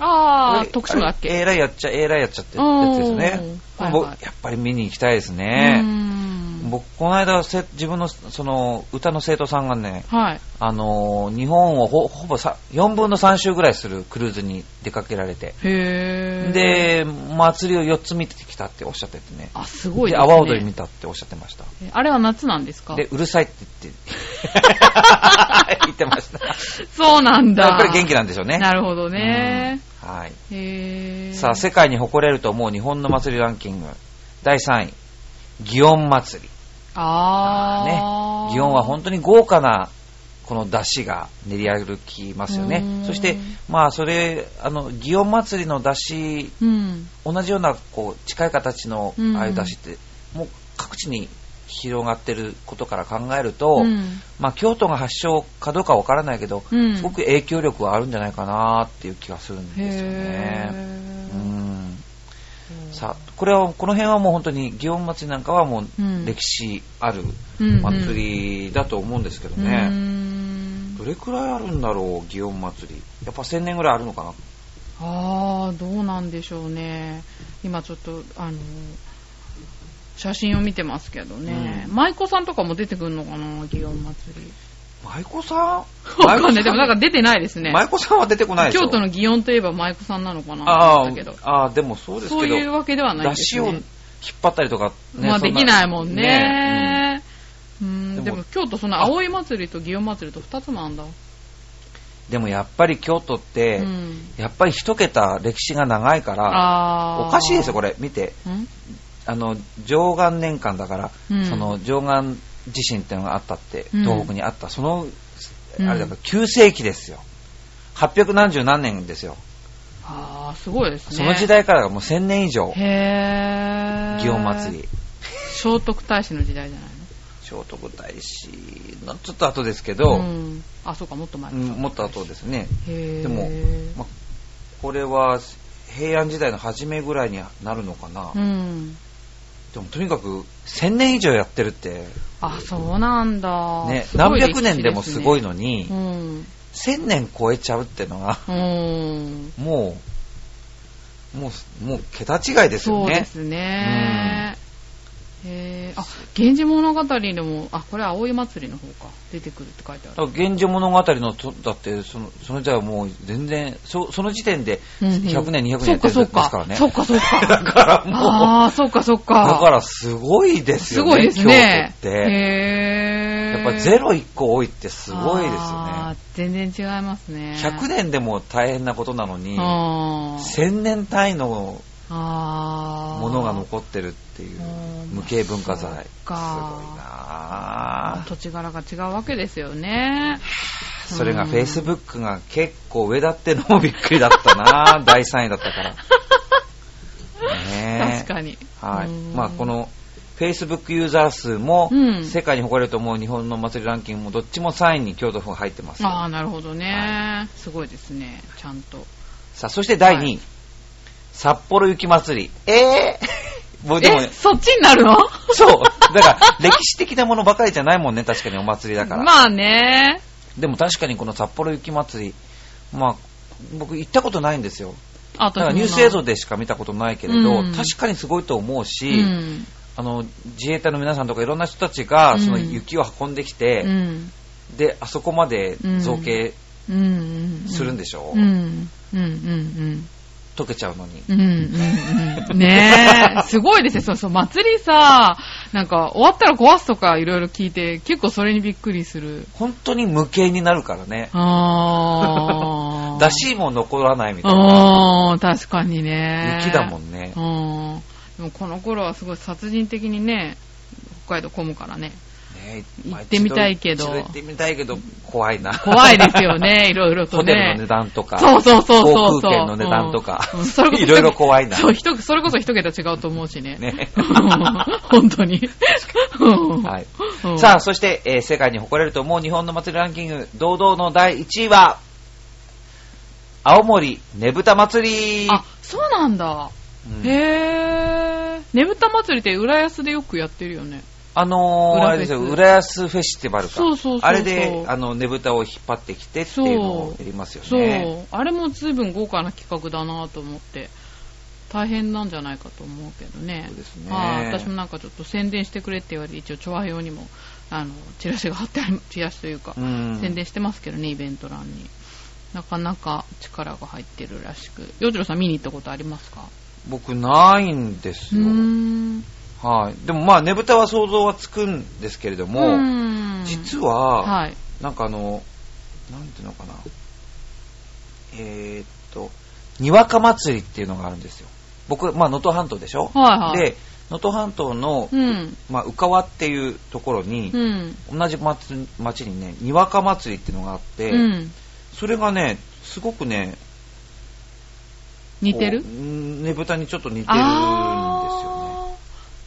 Speaker 2: あ
Speaker 1: こ
Speaker 2: あ、
Speaker 1: れ
Speaker 2: 徳島だっけ
Speaker 1: あれえらいやっちゃ、えらいやっちゃってやつですね。
Speaker 2: おー
Speaker 1: 僕
Speaker 2: はいはい
Speaker 1: やっぱり見に行きたいです
Speaker 2: う
Speaker 1: ね。
Speaker 2: ん
Speaker 1: 僕、この間、せ自分の、その、歌の生徒さんがね、
Speaker 2: はい。
Speaker 1: あのー日本をほほぼさ4分の3周ぐらいするクルーズに出かけられて、
Speaker 2: へー、
Speaker 1: で、祭りを4つ見てきたっておっしゃっててね、
Speaker 2: あ、すごい
Speaker 1: で
Speaker 2: ですね。
Speaker 1: 阿波踊り見たっておっしゃってました。
Speaker 2: えあれは夏なんですか
Speaker 1: で、うるさいって言って 言ってました。
Speaker 2: そうなんだ。
Speaker 1: やっぱり元気なんでしょうね。
Speaker 2: なるほどね。
Speaker 1: うんはい。
Speaker 2: へー
Speaker 1: さあ、世界に誇れると思う日本の祭りランキング、第3位、祇園祭り。
Speaker 2: あ
Speaker 1: ね
Speaker 2: ー。、
Speaker 1: 祇園は本当に豪華なこの出汁が練り歩きますよ
Speaker 2: う
Speaker 1: ね
Speaker 2: ん。
Speaker 1: そして、まあ、それ、あの、祇園祭りの出汁
Speaker 2: うん。
Speaker 1: 同じようなこう近い形の
Speaker 2: うん
Speaker 1: ああいう出汁って、もう各地に広がってることから考えると、
Speaker 2: うん
Speaker 1: まあ、京都が発祥かどうかわからないけど、
Speaker 2: うん
Speaker 1: すごく影響力はあるんじゃないかなっていう気がするんですよね。
Speaker 2: へ
Speaker 1: う
Speaker 2: ー
Speaker 1: んさあこれはこの辺はもう本当に祇園祭なんかはもう
Speaker 2: うん
Speaker 1: 歴史ある
Speaker 2: うんうん
Speaker 1: 祭りだと思うんですけど
Speaker 2: うー
Speaker 1: ね、
Speaker 2: ん
Speaker 1: どれくらいあるんだろう祇園祭りやっぱ1000年ぐらいあるのかな
Speaker 2: ああ、どうなんでしょうね。今ちょっと、あの、写真を見てますけどね。
Speaker 1: うん
Speaker 2: 舞妓さんとかも出てくるのかな、祇園祭り。
Speaker 1: 舞妓さん
Speaker 2: わかんない。でもなんか出てないですね。
Speaker 1: 舞妓さんは出てこないでしょ
Speaker 2: 京都の祇園といえば舞妓さんなのかなと
Speaker 1: あ
Speaker 2: 思
Speaker 1: あ
Speaker 2: ったけど。
Speaker 1: ああ、でもそうです
Speaker 2: そう
Speaker 1: けど、
Speaker 2: いうわけではない
Speaker 1: 出
Speaker 2: です
Speaker 1: 汁を
Speaker 2: ね。
Speaker 1: 引っ張ったりとか、ね、
Speaker 2: まあ
Speaker 1: そ
Speaker 2: できないもん
Speaker 1: ね
Speaker 2: ね。うん、
Speaker 1: でも
Speaker 2: でも京都その葵祭りと祇園祭りと二つもあんだ。
Speaker 1: うんでもやっぱり京都って、
Speaker 2: うん、
Speaker 1: やっぱり一桁歴史が長いから、
Speaker 2: あ
Speaker 1: おかしいですよ、こ
Speaker 2: れ。
Speaker 1: れ。見て。
Speaker 2: ん
Speaker 1: あの、上岸年間だから、
Speaker 2: うん
Speaker 1: その上岸地震っていうのがあったって、
Speaker 2: うん
Speaker 1: 東北にあった、その、
Speaker 2: うん
Speaker 1: あれだから9世紀ですよ。800何十何年ですよ。
Speaker 2: ああ、すごいですね。
Speaker 1: その時。代からがもう1000年以上、
Speaker 2: へぇー。
Speaker 1: 祇園祭り。。
Speaker 2: 聖徳太子の時代じゃないの
Speaker 1: 聖徳太子のちょっと後ですけど、
Speaker 2: ん、あ、そうか、もっと前。
Speaker 1: うんもっと後ですね。
Speaker 2: へー
Speaker 1: でも、ま、これは平安時代の初めぐらいになるのかな、
Speaker 2: うん。
Speaker 1: でもとにかく1000年以上やってるって、
Speaker 2: あ、そうなんだ。
Speaker 1: ね、
Speaker 2: すご
Speaker 1: 何
Speaker 2: い歴史
Speaker 1: 百年でもすごいの
Speaker 2: で
Speaker 1: に、
Speaker 2: すね。うん。
Speaker 1: 1000年超えちゃうってのが、
Speaker 2: うん。
Speaker 1: もう、もう、もう桁違いです
Speaker 2: そ
Speaker 1: よ
Speaker 2: うで
Speaker 1: ね。
Speaker 2: すね。へーあ、源氏物語でも、あ、これ葵祭りの方か。出てくるって書いてあ
Speaker 1: だ
Speaker 2: る。
Speaker 1: から源氏物語のと、だってその、その時代はもう全然、そその時点で
Speaker 2: うんうん
Speaker 1: 100年、200年やってるん
Speaker 2: そ
Speaker 1: で
Speaker 2: う
Speaker 1: すか
Speaker 2: から
Speaker 1: ね。
Speaker 2: そうか、そうか、そう
Speaker 1: だ
Speaker 2: か。
Speaker 1: からもう、
Speaker 2: ああ、そうか、そうか。
Speaker 1: だからすごいです
Speaker 2: す
Speaker 1: よ
Speaker 2: ごい
Speaker 1: ね、
Speaker 2: ですね。
Speaker 1: 京都って。
Speaker 2: へ
Speaker 1: や
Speaker 2: ー
Speaker 1: っぱゼロ1個多いってすごいですよ
Speaker 2: あ
Speaker 1: ね。
Speaker 2: ー全然違いますね。
Speaker 1: 100年でも大変なことなのに、
Speaker 2: あー
Speaker 1: 1000年単位の
Speaker 2: あー
Speaker 1: ものが残ってるっていう
Speaker 2: あー
Speaker 1: 無形文化財。
Speaker 2: そっ
Speaker 1: すごい
Speaker 2: か
Speaker 1: なぁ
Speaker 2: 土地柄が違うわけですよね。
Speaker 1: それが
Speaker 2: うん
Speaker 1: Facebook が結構上だってのもびっくりだった なぁ第3位だったから。ねえ
Speaker 2: 確かに。
Speaker 1: はい。
Speaker 2: うん
Speaker 1: まあこ、の Facebook ユーザー数も、
Speaker 2: うん
Speaker 1: 世界に誇れると思う日本の祭りランキングもどっちも3位に京都府が入ってます。
Speaker 2: ああ、なるほどね、
Speaker 1: は
Speaker 2: すごいですね。ちゃんと。
Speaker 1: さあ、そして第2位、
Speaker 2: はい
Speaker 1: 札幌雪まつり。えー、もうでも
Speaker 2: え、、そっちになるの
Speaker 1: そう、だから、歴史的なものばかりじゃないもんね、確かにお祭りだから。
Speaker 2: まあね。
Speaker 1: でも確かにこの札幌雪まつり、まあ、僕行ったことないんですよ。
Speaker 2: あ
Speaker 1: だからニュース映像でしか見たことないけれど、
Speaker 2: うん
Speaker 1: 確かにすごいと思うし、
Speaker 2: うん。
Speaker 1: あの自衛隊の皆さんとかいろんな人たちが
Speaker 2: うん
Speaker 1: その雪を運んできて、
Speaker 2: うん。
Speaker 1: であそこまで造形
Speaker 2: うんうん。
Speaker 1: するんでしょ、
Speaker 2: うん。うん。うん。うん。
Speaker 1: 溶けちゃうのに、
Speaker 2: うんうんうんね え、すごいですね。そうそう、祭りさ、なんか終わったら壊すとかいろいろ聞いて、結構それにびっくりする。
Speaker 1: 本当に無形になるからね
Speaker 2: あー。
Speaker 1: 出しも残らないみたいな
Speaker 2: あー、確かにね。
Speaker 1: 雪だも
Speaker 2: ね。
Speaker 1: んね
Speaker 2: うん。でもこの頃はすごい殺人的にね、北海道混むからね。
Speaker 1: ね
Speaker 2: 行ってみたいけど
Speaker 1: 一度行ってみたいけど怖いな
Speaker 2: 怖いです よね、いろいろと
Speaker 1: ホ
Speaker 2: ね。
Speaker 1: テルの値段とか
Speaker 2: そうそうそうそうそう。
Speaker 1: 航空券の値段とか
Speaker 2: うんうんそれこ そ
Speaker 1: いろいろ怖いな
Speaker 2: そう、ひとそれこそ一桁違うと思うしね。
Speaker 1: ね
Speaker 2: うん本当に。
Speaker 1: は
Speaker 2: はいうん
Speaker 1: さあ、そして、えー世界に誇れると思う日本の祭りランキング、堂々の第1位は、青森ねぶた祭り、
Speaker 2: あ、そうなんだ。
Speaker 1: うん
Speaker 2: へぇー。ねぶた祭りって浦安でよくやってるよね。
Speaker 1: あのー、
Speaker 2: 浦安
Speaker 1: あれですよ、浦安フェスティバルか。
Speaker 2: そうそうそうそう
Speaker 1: あれで、あの、ねぶたを引っ張ってきてっていうのをやりますよ
Speaker 2: そう。
Speaker 1: ね。
Speaker 2: あれも随分豪華な企画だなと思って。大変なんじゃないかと思うけどね。
Speaker 1: そうですね
Speaker 2: はい私もなんかちょっと宣伝してくれって言われて、一応、調和用にも、あの、チラシが貼ってあり、 チラシというか、
Speaker 1: うん
Speaker 2: 宣伝してますけどね、イベント欄に。なかなか力が入ってるらしく。洋次郎さん見に行ったことありますか
Speaker 1: 僕、ないんです
Speaker 2: う
Speaker 1: よ。
Speaker 2: ーん。
Speaker 1: はい。でも、まあ、ねぶたは想像はつくんですけれども、
Speaker 2: ん
Speaker 1: 実は、
Speaker 2: はい。
Speaker 1: なんかあの、なんていうのかな、えーっと、にわか祭りっていうのがあるんですよ。僕、まあ、能登半島でしょ、
Speaker 2: はいはい。
Speaker 1: で、能登半島の、
Speaker 2: うん。
Speaker 1: まあ、宇川っていうところに、
Speaker 2: うん。
Speaker 1: 同じ町町にね、にわか祭りっていうのがあって、
Speaker 2: うん。
Speaker 1: それがね、すごくね、
Speaker 2: 似てる
Speaker 1: こううんねぶたにちょっと似てるんですよね。
Speaker 2: あー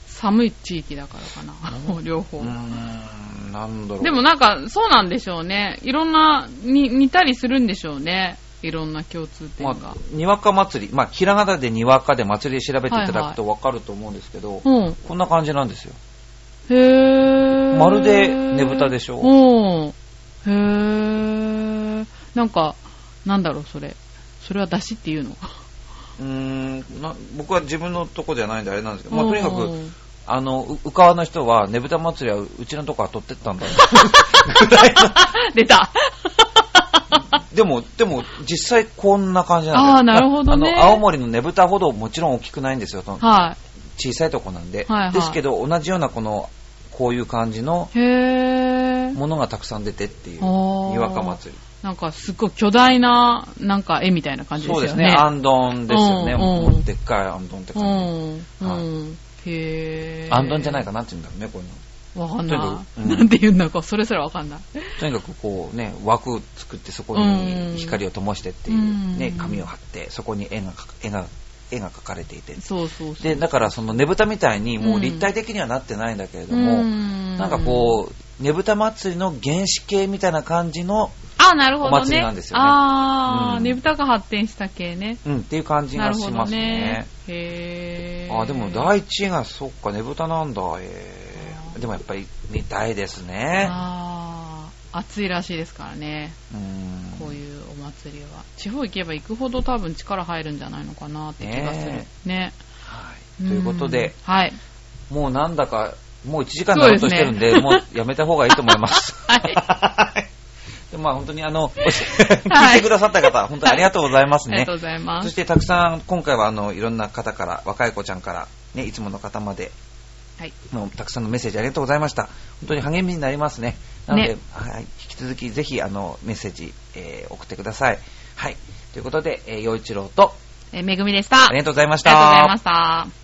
Speaker 2: 寒い地域だからかな。 両
Speaker 1: う
Speaker 2: 方
Speaker 1: ー。ん、なんだろう。
Speaker 2: でもなんか、そうなんでしょうね。いろんな、に、似たりするんでしょうね。いろんな共通点
Speaker 1: ま
Speaker 2: が。
Speaker 1: あ、にわか祭り、まあ、ひらがなでにわかで祭りで調べていただくとわかると思うんですけど、
Speaker 2: うん。
Speaker 1: こんな感じなんですよ。
Speaker 2: へー。
Speaker 1: まるでねぶたでしょ
Speaker 2: うん。へー。なんか、なんだろう、それ。それは出汁っていうの。
Speaker 1: うーんな僕は自分のとこじゃないんであれなんですけど、まあ、
Speaker 2: うん
Speaker 1: とにかく、あの、ううかわの人は、ねぶた祭りはううちのとこは取って ったんだよ。
Speaker 2: 出た
Speaker 1: でも、でも、実際こんな感じなんだよ。
Speaker 2: あーなるほどね
Speaker 1: あの、青森のねぶたほどもちろん大きくないんですよ。その
Speaker 2: は
Speaker 1: 小さいとこなんで。
Speaker 2: はいはい
Speaker 1: ですけど、同じようなこの、こういう感じの
Speaker 2: い。へー。
Speaker 1: ものがたくさん出てっていう、
Speaker 2: おー
Speaker 1: にわか祭り。
Speaker 2: なんかすっごい巨大な、なんか絵みたいな感じです
Speaker 1: そう
Speaker 2: よね。
Speaker 1: ですね。あんどんですよね。
Speaker 2: うん
Speaker 1: も
Speaker 2: う
Speaker 1: うんでっかいあんどんって
Speaker 2: う
Speaker 1: 感じ。
Speaker 2: ん。うん。へー。
Speaker 1: あんどんじゃないかなって言うんだろうね、こういうの。
Speaker 2: わかんな
Speaker 1: と
Speaker 2: い。
Speaker 1: にかくうん
Speaker 2: なんて言うんだか、それすらわかん ない。
Speaker 1: とにかくこうね、枠を作ってそこに光を灯してっていうう、
Speaker 2: ん
Speaker 1: ね、紙を貼って、そこに絵がか絵が絵が描かれていて。
Speaker 2: そうそうそう。
Speaker 1: で、だからそのねぶたみたいにもう立体的にはなってないんだけれども、なんかこう、ねぶた祭りの原始系みたいな感じの、
Speaker 2: うん。あ、なるほどね。
Speaker 1: お祭りなんですよね
Speaker 2: あー、
Speaker 1: うん
Speaker 2: ねぶたが発展した系ね。
Speaker 1: うん、っていう感じ
Speaker 2: な
Speaker 1: が
Speaker 2: るほ
Speaker 1: し
Speaker 2: ど
Speaker 1: ます
Speaker 2: ね
Speaker 1: ね。。
Speaker 2: へー。
Speaker 1: あ、でも第一位が、そっか、ねぶたなんだ、えーでもやっぱり見たいですね。
Speaker 2: あー暑いらしいですからね。
Speaker 1: うん
Speaker 2: こういうお祭りは。地方行けば行くほど多分力入るんじゃないのかなって気がする
Speaker 1: ね。
Speaker 2: ね。
Speaker 1: はい。ということで、
Speaker 2: うん。はい。
Speaker 1: もうなんだか、もう1時間になろうとしてるんで、もうやめた方がいいと思います。
Speaker 2: はい
Speaker 1: でまあ本当にあ の、おし聞いてくださった方、本当にありがとうございます
Speaker 2: あり
Speaker 1: ね
Speaker 2: がと。うございま
Speaker 1: そし
Speaker 2: す。
Speaker 1: てたくさん、今回はあの、いろんな方から、若い子ちゃんから、ね、いつもの方まで、
Speaker 2: はい。
Speaker 1: もうたくさんのメッセージありがとうございました。本当に励みになりますね。なので、
Speaker 2: ね
Speaker 1: はい、引き続きぜひあの、メッセージ、えー送ってください。はい。ということで、えー、陽一郎と、
Speaker 2: えーめぐみでした。
Speaker 1: ありがとうございまし
Speaker 2: ありがとうござい
Speaker 1: た
Speaker 2: ま。した。